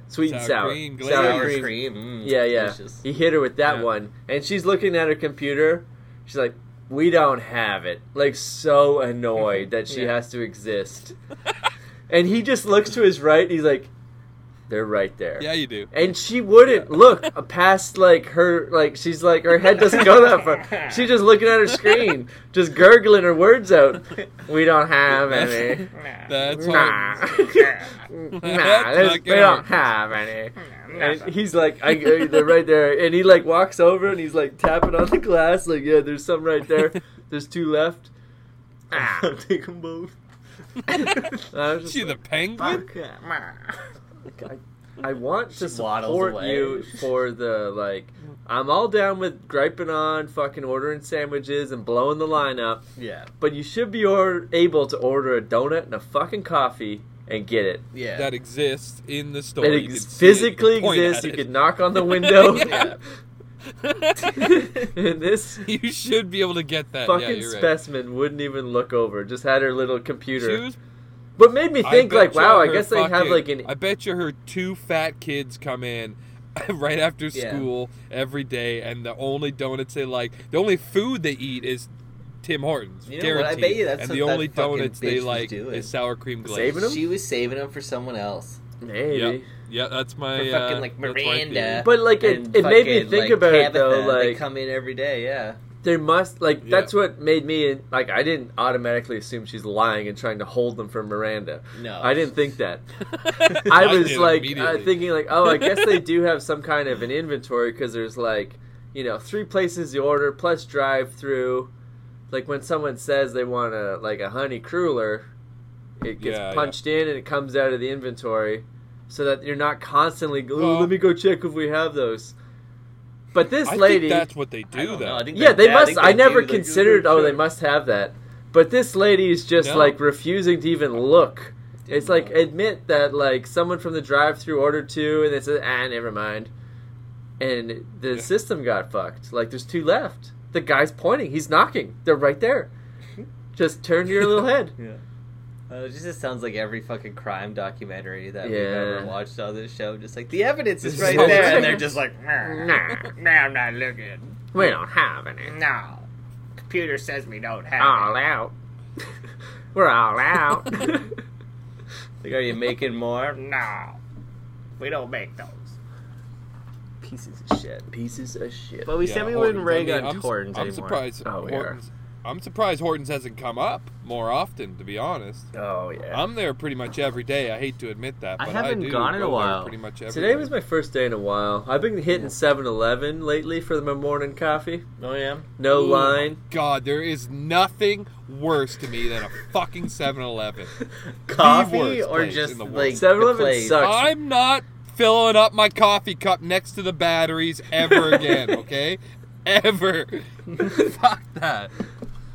Speaker 1: sweet and
Speaker 3: Sour
Speaker 1: sour,
Speaker 3: cream,
Speaker 1: sour
Speaker 3: glaze.
Speaker 2: sour
Speaker 1: cream.
Speaker 2: cream? Mm,
Speaker 1: Yeah, yeah. He hit her with that
Speaker 3: Yeah.
Speaker 1: one, and she's looking at her computer. She's like, "We don't have it." Like so annoyed that she
Speaker 3: <laughs>
Speaker 2: Yeah.
Speaker 1: has to exist. and he just looks to his right. And he's like, "They're right there."
Speaker 3: yeah, you do.
Speaker 1: and she wouldn't look past like her like she's like her head doesn't go that far she's just looking at her
Speaker 3: <laughs>
Speaker 1: screen just gurgling her words out we don't have any
Speaker 3: <laughs> That's
Speaker 1: nah
Speaker 3: Hortons.
Speaker 1: nah
Speaker 3: That's
Speaker 1: there's-
Speaker 3: fucking
Speaker 1: we don't
Speaker 3: Hortons.
Speaker 1: have any and he's like I, uh, they're right there and he like walks over and he's like tapping on the glass like yeah there's some right
Speaker 3: <laughs>
Speaker 1: there there's two left <laughs> ah.
Speaker 2: I'll take them both.
Speaker 1: <laughs>
Speaker 3: <laughs>
Speaker 1: I was just
Speaker 3: She the penguin.
Speaker 1: I, I want to
Speaker 2: She waddles
Speaker 1: support
Speaker 2: away.
Speaker 1: you for the like. I'm all down with griping on, fucking ordering sandwiches and blowing the line up,
Speaker 2: Yeah,
Speaker 1: but you should be or- able to order a donut and a fucking coffee and get it.
Speaker 2: yeah.
Speaker 3: that exists in the store.
Speaker 1: It
Speaker 3: You can
Speaker 1: ex-
Speaker 3: see it,
Speaker 1: physically
Speaker 3: point
Speaker 1: exists.
Speaker 3: at
Speaker 1: You
Speaker 3: it.
Speaker 1: could knock on the window.
Speaker 3: Yeah.
Speaker 1: <laughs> and this
Speaker 3: <laughs> you should be able to get that. Yeah,
Speaker 1: fucking
Speaker 3: you're right.
Speaker 1: specimen wouldn't even look over. Just had her little computer.
Speaker 3: She was
Speaker 1: but made me
Speaker 3: I
Speaker 1: think,
Speaker 3: bet
Speaker 1: like,
Speaker 3: you
Speaker 1: wow, I
Speaker 3: her
Speaker 1: guess they have
Speaker 3: fucking-
Speaker 1: like an.
Speaker 3: I bet you her two fat kids come in <laughs> right after
Speaker 2: Yeah.
Speaker 3: school every day, and the only donuts they like, the only food they eat is Tim Hortons.
Speaker 2: You know
Speaker 3: guaranteed.
Speaker 2: what? I bet you that's
Speaker 3: and
Speaker 2: what
Speaker 3: the
Speaker 2: that
Speaker 3: only
Speaker 2: fucking
Speaker 3: donuts
Speaker 2: bitch
Speaker 3: they
Speaker 2: was
Speaker 3: like
Speaker 2: doing.
Speaker 3: is sour cream glaze.
Speaker 1: Saving 'em?
Speaker 2: She was saving them for someone else.
Speaker 1: maybe.
Speaker 3: Yeah, yeah, that's my
Speaker 2: For fucking,
Speaker 3: uh,
Speaker 2: like,
Speaker 3: that's my theory.
Speaker 2: Miranda.
Speaker 1: But like it,
Speaker 2: And
Speaker 1: it made me
Speaker 2: fucking,
Speaker 1: think
Speaker 2: like,
Speaker 1: about it though.
Speaker 2: Tabitha, they
Speaker 1: Like
Speaker 2: come in every day. Yeah,
Speaker 1: there must like
Speaker 3: Yeah.
Speaker 1: that's what made me like I didn't automatically assume she's lying and trying to hold them from Miranda.
Speaker 2: no,
Speaker 1: I didn't think that. <laughs>
Speaker 3: <laughs>
Speaker 1: I was
Speaker 3: did
Speaker 1: like uh,
Speaker 3: immediately.
Speaker 1: thinking like, oh, I guess
Speaker 3: <laughs>
Speaker 1: they do have some kind of an inventory because there's like, you know, three places you order plus drive through. Like when someone says they want a like a honey cruller, it gets
Speaker 3: Yeah, yeah.
Speaker 1: punched in and it comes out of the inventory, so that you're not constantly. "Ooh,
Speaker 3: Well-
Speaker 1: let me go check if we have those. But this
Speaker 3: I
Speaker 1: lady,
Speaker 3: think that's what they do,
Speaker 2: don't
Speaker 3: though.
Speaker 2: know. I think
Speaker 1: yeah, they
Speaker 2: yeah,
Speaker 1: must.
Speaker 2: think
Speaker 1: I,
Speaker 2: they
Speaker 1: never
Speaker 2: do, they do
Speaker 1: considered.
Speaker 2: their
Speaker 1: Oh, they
Speaker 2: show.
Speaker 1: must have that. But this lady is just
Speaker 3: No.
Speaker 1: like refusing to even look. It's like
Speaker 2: look.
Speaker 1: admit that like someone from the drive-through ordered two, and they said, "Ah, never mind," and the
Speaker 3: Yeah.
Speaker 1: system got fucked. Like there's two left. The guy's pointing. He's knocking. They're right <laughs> there. Just turn your little <laughs> head.
Speaker 2: Yeah. Uh, it just sounds like every fucking crime documentary that we've
Speaker 1: Yeah.
Speaker 2: ever watched on this show. Just like the evidence is
Speaker 1: This
Speaker 2: right
Speaker 1: is-
Speaker 2: there, and they're just like,
Speaker 5: Nah, nah, I'm not looking.
Speaker 1: <laughs> We don't have any.
Speaker 5: No. Computer says we don't have
Speaker 1: All
Speaker 5: it.
Speaker 1: out. <laughs> We're all out.
Speaker 2: like, are you making
Speaker 3: <laughs>
Speaker 2: more
Speaker 5: No. We don't make those.
Speaker 2: pieces of shit?
Speaker 1: <laughs> Pieces of shit.
Speaker 2: But we
Speaker 3: Yeah,
Speaker 2: said we
Speaker 3: Hortons.
Speaker 2: wouldn't
Speaker 3: I
Speaker 2: rag
Speaker 3: mean,
Speaker 2: on
Speaker 3: I'm, su-
Speaker 2: Hortons
Speaker 3: I'm
Speaker 2: anymore.
Speaker 3: surprised
Speaker 1: Oh, we are.
Speaker 3: Hortons I'm surprised Hortons hasn't come up more often, to be honest.
Speaker 1: Oh yeah.
Speaker 3: I'm there pretty much every day. I hate to admit that,
Speaker 2: I
Speaker 3: but
Speaker 2: haven't
Speaker 3: do
Speaker 2: gone in
Speaker 3: go
Speaker 2: a
Speaker 3: there
Speaker 2: while.
Speaker 3: Pretty much every
Speaker 1: Today
Speaker 3: day.
Speaker 1: was my first day in a while. I've been hitting 7-Eleven lately for my morning coffee.
Speaker 2: Oh yeah.
Speaker 1: No
Speaker 3: Oh my
Speaker 1: line.
Speaker 3: God, there is nothing worse to me than a fucking 7-Eleven.
Speaker 2: Coffee
Speaker 3: worst
Speaker 2: or
Speaker 3: place
Speaker 2: just
Speaker 3: in the world.
Speaker 2: like
Speaker 1: 7-Eleven
Speaker 2: the place?
Speaker 1: sucks.
Speaker 3: I'm not filling up my coffee cup next to the batteries
Speaker 1: <laughs>
Speaker 3: ever again, okay? ever. Fuck that.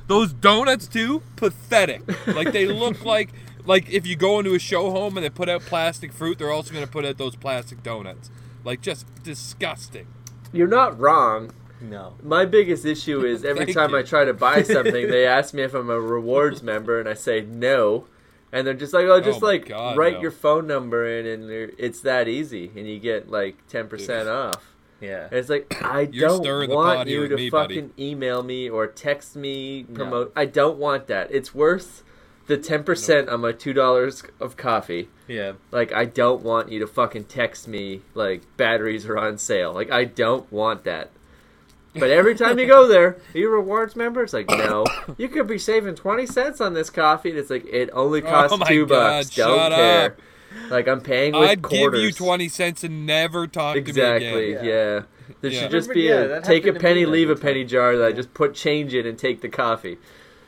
Speaker 3: Those donuts too, pathetic. Like
Speaker 1: <laughs>
Speaker 3: they look like like if you go into a show home and they put out plastic fruit, they're also gonna put out those plastic donuts. Like just disgusting.
Speaker 1: You're not wrong.
Speaker 2: No.
Speaker 1: My biggest issue is every
Speaker 3: Thank
Speaker 1: time
Speaker 3: you.
Speaker 1: I try to buy something,
Speaker 3: <laughs>
Speaker 1: they ask me if I'm a rewards member, and I say no. And they're just like, oh, just
Speaker 3: my
Speaker 1: like
Speaker 3: God,
Speaker 1: write
Speaker 3: no.
Speaker 1: your phone number in, and you're- it's that easy, and you get like ten percent off.
Speaker 2: Yeah.
Speaker 1: And it's like I
Speaker 3: You're
Speaker 1: don't
Speaker 3: stirring the pot
Speaker 1: want
Speaker 3: here
Speaker 1: you
Speaker 3: with
Speaker 1: to
Speaker 3: me, buddy.
Speaker 1: fucking email me or text me promote. I don't want that. It's worth the ten percent on my two dollars of coffee.
Speaker 2: Yeah.
Speaker 1: Like I don't want you to fucking text me like batteries are on sale. Like I don't want that. But every time you
Speaker 3: <laughs>
Speaker 1: go there, are you a rewards member? It's like no. You could be saving twenty cents on this coffee, and it's like it only costs
Speaker 3: Oh my
Speaker 1: two bucks.
Speaker 3: God,
Speaker 1: Don't
Speaker 3: shut
Speaker 1: care.
Speaker 3: up.
Speaker 1: Like I'm paying with
Speaker 3: I'd
Speaker 1: quarters.
Speaker 3: give you twenty cents and never talk to me
Speaker 1: Exactly.
Speaker 3: again.
Speaker 1: Yeah.
Speaker 2: again.
Speaker 1: There
Speaker 3: Yeah.
Speaker 1: should just
Speaker 2: Remember-
Speaker 1: be
Speaker 2: yeah,
Speaker 1: a
Speaker 2: that
Speaker 1: take a
Speaker 2: happened to
Speaker 1: penny,
Speaker 2: me
Speaker 1: leave a
Speaker 2: every time.
Speaker 1: penny jar. That I just put change in and take the coffee.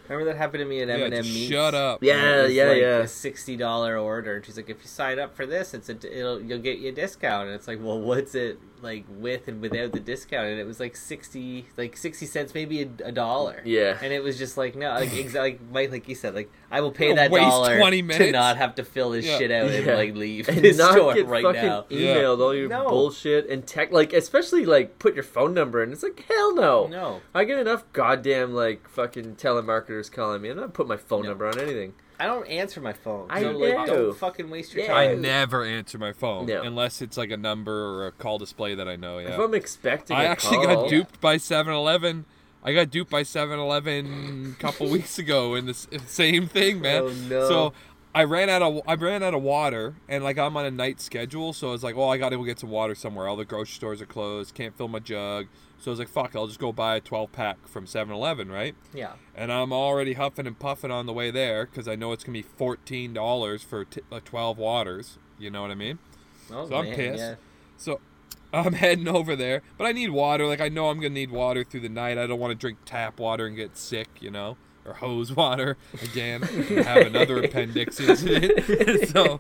Speaker 2: Remember that happened to me at M
Speaker 3: Yeah,
Speaker 2: and M
Speaker 3: just
Speaker 2: Meats.
Speaker 3: shut up.
Speaker 1: Yeah,
Speaker 2: And it was
Speaker 1: Uh, yeah,
Speaker 2: like
Speaker 1: yeah.
Speaker 2: A sixty dollar order, and she's like, "If you sign up for this, it's a d- it'll you'll get you a discount." And it's like, "Well, what's it like with and without the discount?" And it was like sixty, like sixty cents, maybe a, a dollar.
Speaker 1: Yeah.
Speaker 2: And it was just like,
Speaker 1: <laughs>
Speaker 2: no, like exactly like Mike, like you said, like I will pay
Speaker 3: You're
Speaker 2: that
Speaker 3: gonna waste
Speaker 2: dollar
Speaker 3: 20
Speaker 2: to
Speaker 3: minutes.
Speaker 2: not have to fill this
Speaker 3: Yeah.
Speaker 2: shit out and
Speaker 1: Yeah.
Speaker 2: like
Speaker 1: <laughs>
Speaker 2: leave
Speaker 1: And
Speaker 2: this
Speaker 1: not
Speaker 2: store
Speaker 1: get
Speaker 2: right
Speaker 1: fucking
Speaker 2: now.
Speaker 3: Yeah.
Speaker 1: emailed all your
Speaker 2: No.
Speaker 1: bullshit and tech. Like especially like put your phone number in. It's like hell no.
Speaker 2: No,
Speaker 1: I get enough goddamn like fucking telemarketers calling me. I'm not putting my phone
Speaker 2: No.
Speaker 1: number on anything.
Speaker 2: I don't answer my phone.
Speaker 1: I
Speaker 2: so, like,
Speaker 1: know.
Speaker 2: don't fucking waste your
Speaker 1: Yeah.
Speaker 3: I
Speaker 2: time.
Speaker 3: never answer my phone
Speaker 1: No.
Speaker 3: unless it's like a number or a call display that I know. Yeah.
Speaker 1: If I'm expecting,
Speaker 3: I
Speaker 1: a
Speaker 3: actually
Speaker 1: call-
Speaker 3: got duped by 7-Eleven. I got duped by 7-Eleven a couple <laughs> weeks ago in the s- same thing, man.
Speaker 2: Oh, no.
Speaker 3: So I ran out of I ran out of water, and like I'm on a night schedule, so I was like, well, I got to go get some water somewhere. All the grocery stores are closed. Can't fill my jug. So I was like, fuck, I'll just go buy a 12 pack from 7-Eleven, right?
Speaker 2: Yeah.
Speaker 3: and I'm already huffing and puffing on the way there because I know it's gonna be fourteen dollars for t- uh, twelve waters. You know what I mean?
Speaker 2: Oh,
Speaker 3: So I'm
Speaker 2: man,
Speaker 3: pissed.
Speaker 2: yeah.
Speaker 3: So I'm <laughs> heading over there, but I need water. Like I know I'm gonna need water through the night. I don't want to drink tap water and get sick. You know. Or hose <laughs> water again, and have another
Speaker 2: <laughs>
Speaker 3: appendix incident. <laughs> so,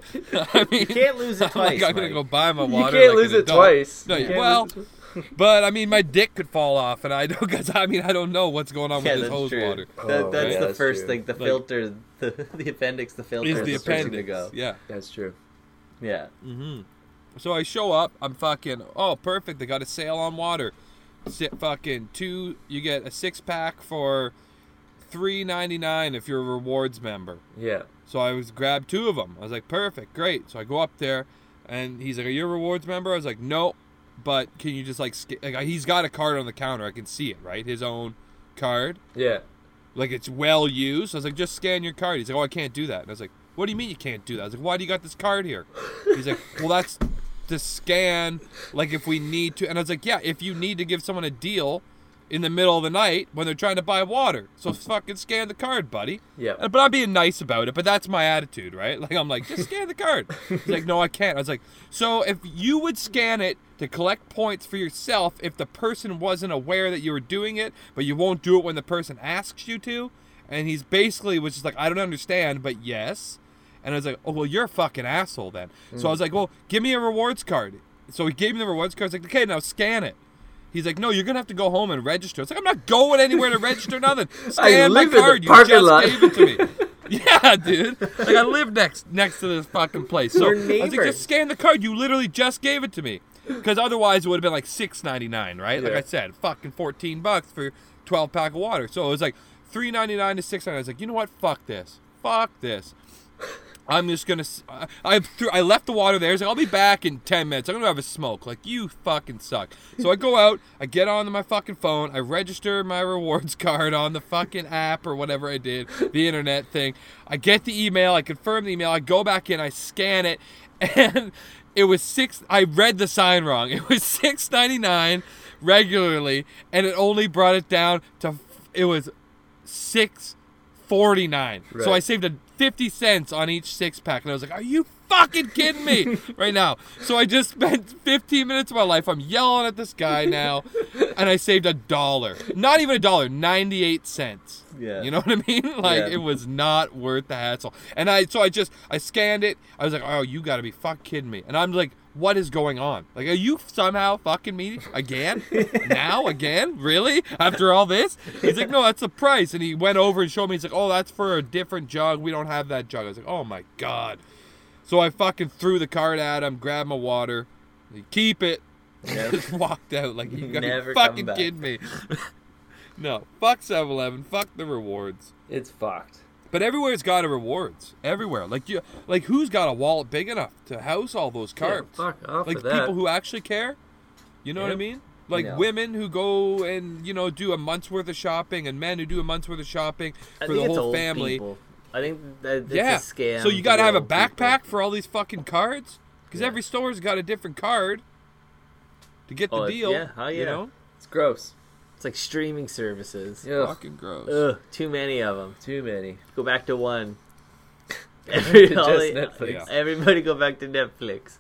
Speaker 3: I mean,
Speaker 2: can't lose it
Speaker 3: <laughs> I'm like,
Speaker 2: twice,
Speaker 3: I'm gonna
Speaker 2: Mike.
Speaker 3: go buy my
Speaker 1: You
Speaker 3: water.
Speaker 1: can't
Speaker 3: like
Speaker 1: lose
Speaker 3: an
Speaker 1: it
Speaker 3: adult.
Speaker 1: twice.
Speaker 3: No,
Speaker 1: You
Speaker 3: you-
Speaker 1: can't
Speaker 3: well,
Speaker 1: lose
Speaker 3: <laughs> but I mean, my dick could fall off, and I <laughs> don't. Because I mean, I don't know what's going on
Speaker 2: Yeah,
Speaker 3: with this
Speaker 2: that's
Speaker 3: hose
Speaker 2: true.
Speaker 3: water.
Speaker 2: That,
Speaker 1: Oh,
Speaker 2: that's
Speaker 1: yeah,
Speaker 2: the
Speaker 1: that's
Speaker 2: first,
Speaker 1: true.
Speaker 2: like the
Speaker 3: Like-
Speaker 2: filter, the, <laughs> the appendix, the filter
Speaker 3: Is the
Speaker 2: is supposed to
Speaker 3: appendix?
Speaker 2: go.
Speaker 3: Yeah.
Speaker 1: That's true.
Speaker 2: Yeah.
Speaker 3: So I show up. I'm fucking. Oh, perfect. They got a sale on water. Sit fucking two. You get a six pack for three ninety nine if you're a rewards member.
Speaker 1: Yeah.
Speaker 3: So I was grabbed two of them. I was like, perfect, great. So I go up there, and he's like, "Are you a rewards member?" I was like, "No," but can you just like, sk-? like he's got a card on the counter. I can see it, right? His own card.
Speaker 1: Yeah.
Speaker 3: Like it's well used. I was like, just scan your card. He's like, oh, I can't do that. And I was like, what do you mean you can't do that? I was like, why do you got this card here? He's like, well, that's to scan. Like if we need to. And I was like, yeah, if you need to give someone a deal in the middle of the night when they're trying to buy water, so fucking scan the card, buddy.
Speaker 1: Yeah.
Speaker 3: Uh, But I'm being nice about it. But that's my attitude, right? <laughs> Like I'm like, just scan the card. He's like, no, I can't. I was like, so if you would scan it to collect points for yourself, if the person wasn't aware that you were doing it, but you won't do it when the person asks you to, and he's basically was just like, I don't understand, but yes. And I was like, oh well, you're a fucking asshole then. So I was like, well, give me a rewards card. So he gave me the rewards card. I was like, okay, now scan it. He's like, no, you're gonna have to go home and register. It's like I'm not going anywhere to
Speaker 1: <laughs>
Speaker 3: register nothing. Scan
Speaker 1: live in
Speaker 3: my
Speaker 1: the
Speaker 3: card. You
Speaker 1: parking
Speaker 3: just
Speaker 1: lot."
Speaker 3: gave it to me. <laughs> yeah, dude. Like I live next next to this fucking place. So
Speaker 2: We're
Speaker 3: I was like,
Speaker 2: neighbors.
Speaker 3: just scan the card. You literally just gave it to me. Because otherwise it would have been like six ninety nine, right? Like
Speaker 1: Yeah.
Speaker 3: I said, fucking fourteen bucks for twelve pack of water. So it was like three ninety nine to six ninety nine. I was like, you know what? Fuck this. Fuck this. I'm just gonna. s- I I, threw, I left the water there. I was like, I'll be back in ten minutes. I'm gonna have a smoke. Like you fucking suck. So I go out. I get on my fucking phone. I register my rewards <laughs> card on the fucking app or whatever I did, the internet thing. I get the email. I confirm the email. I go back in. I scan it, <laughs> and it was six. I read the sign wrong. It was six ninety nine regularly, and it only brought it down to. f- It was six forty nine. So
Speaker 1: Right.
Speaker 3: I saved a fifty cents on each six pack, and I was like, "Are you fucking kidding me right now?" So I just spent fifteen minutes of my life. I'm yelling at this guy now, and I saved a dollar. Not even a dollar, ninety eight cents.
Speaker 2: Yeah.
Speaker 3: You know what I mean? <laughs> Like
Speaker 2: Yeah.
Speaker 3: it was not worth the hassle. And I so I just I scanned it. I was like, "Oh, you got to be fuck kidding me." And I'm like, "What is going on? Like are you somehow fucking me
Speaker 2: <laughs>
Speaker 3: again? now again? Really? After all this?" He's like, "No, that's the price." And he went over and showed me. He's like, "Oh, that's for a different jug. We don't have that jug." I was like, "Oh my god." So I fucking threw the card at him, grabbed my water, keep it, <laughs> just walked out like you gotta
Speaker 2: Never
Speaker 3: be
Speaker 2: come
Speaker 3: fucking
Speaker 2: back.
Speaker 3: kidding me. <laughs> no, fuck 7-Eleven, fuck the rewards.
Speaker 1: It's fucked.
Speaker 3: But everywhere's got a rewards. Everywhere, like you, like who's got a wallet big enough to house all those
Speaker 1: Yeah,
Speaker 3: cards?
Speaker 1: fuck off
Speaker 3: like
Speaker 1: of that.
Speaker 3: people who actually care. You know what I
Speaker 1: Yeah.
Speaker 3: mean? Like
Speaker 2: No.
Speaker 3: women who go and you know do a month's worth of shopping, and men who do a month's worth of shopping
Speaker 2: I
Speaker 3: for
Speaker 2: think
Speaker 3: the
Speaker 2: it's
Speaker 3: whole
Speaker 2: old
Speaker 3: family.
Speaker 2: people. I think that it's
Speaker 3: yeah,
Speaker 2: a scam.
Speaker 3: so
Speaker 2: for
Speaker 3: you got to
Speaker 2: the
Speaker 3: have a
Speaker 2: old people.
Speaker 3: backpack for all these fucking cards because
Speaker 2: Yeah.
Speaker 3: every store's got a different card to get the
Speaker 2: Oh, it-
Speaker 3: deal.
Speaker 2: yeah, oh,
Speaker 3: you
Speaker 2: yeah.
Speaker 3: know,
Speaker 1: It's gross.
Speaker 2: It's like streaming services.
Speaker 1: Ugh,
Speaker 3: fucking gross.
Speaker 2: Ugh, too many of them.
Speaker 1: too many.
Speaker 2: Go back
Speaker 1: <laughs>
Speaker 2: to one. <laughs>
Speaker 1: Just Netflix.
Speaker 3: Yeah.
Speaker 2: Everybody go back to
Speaker 3: <laughs>
Speaker 2: Netflix.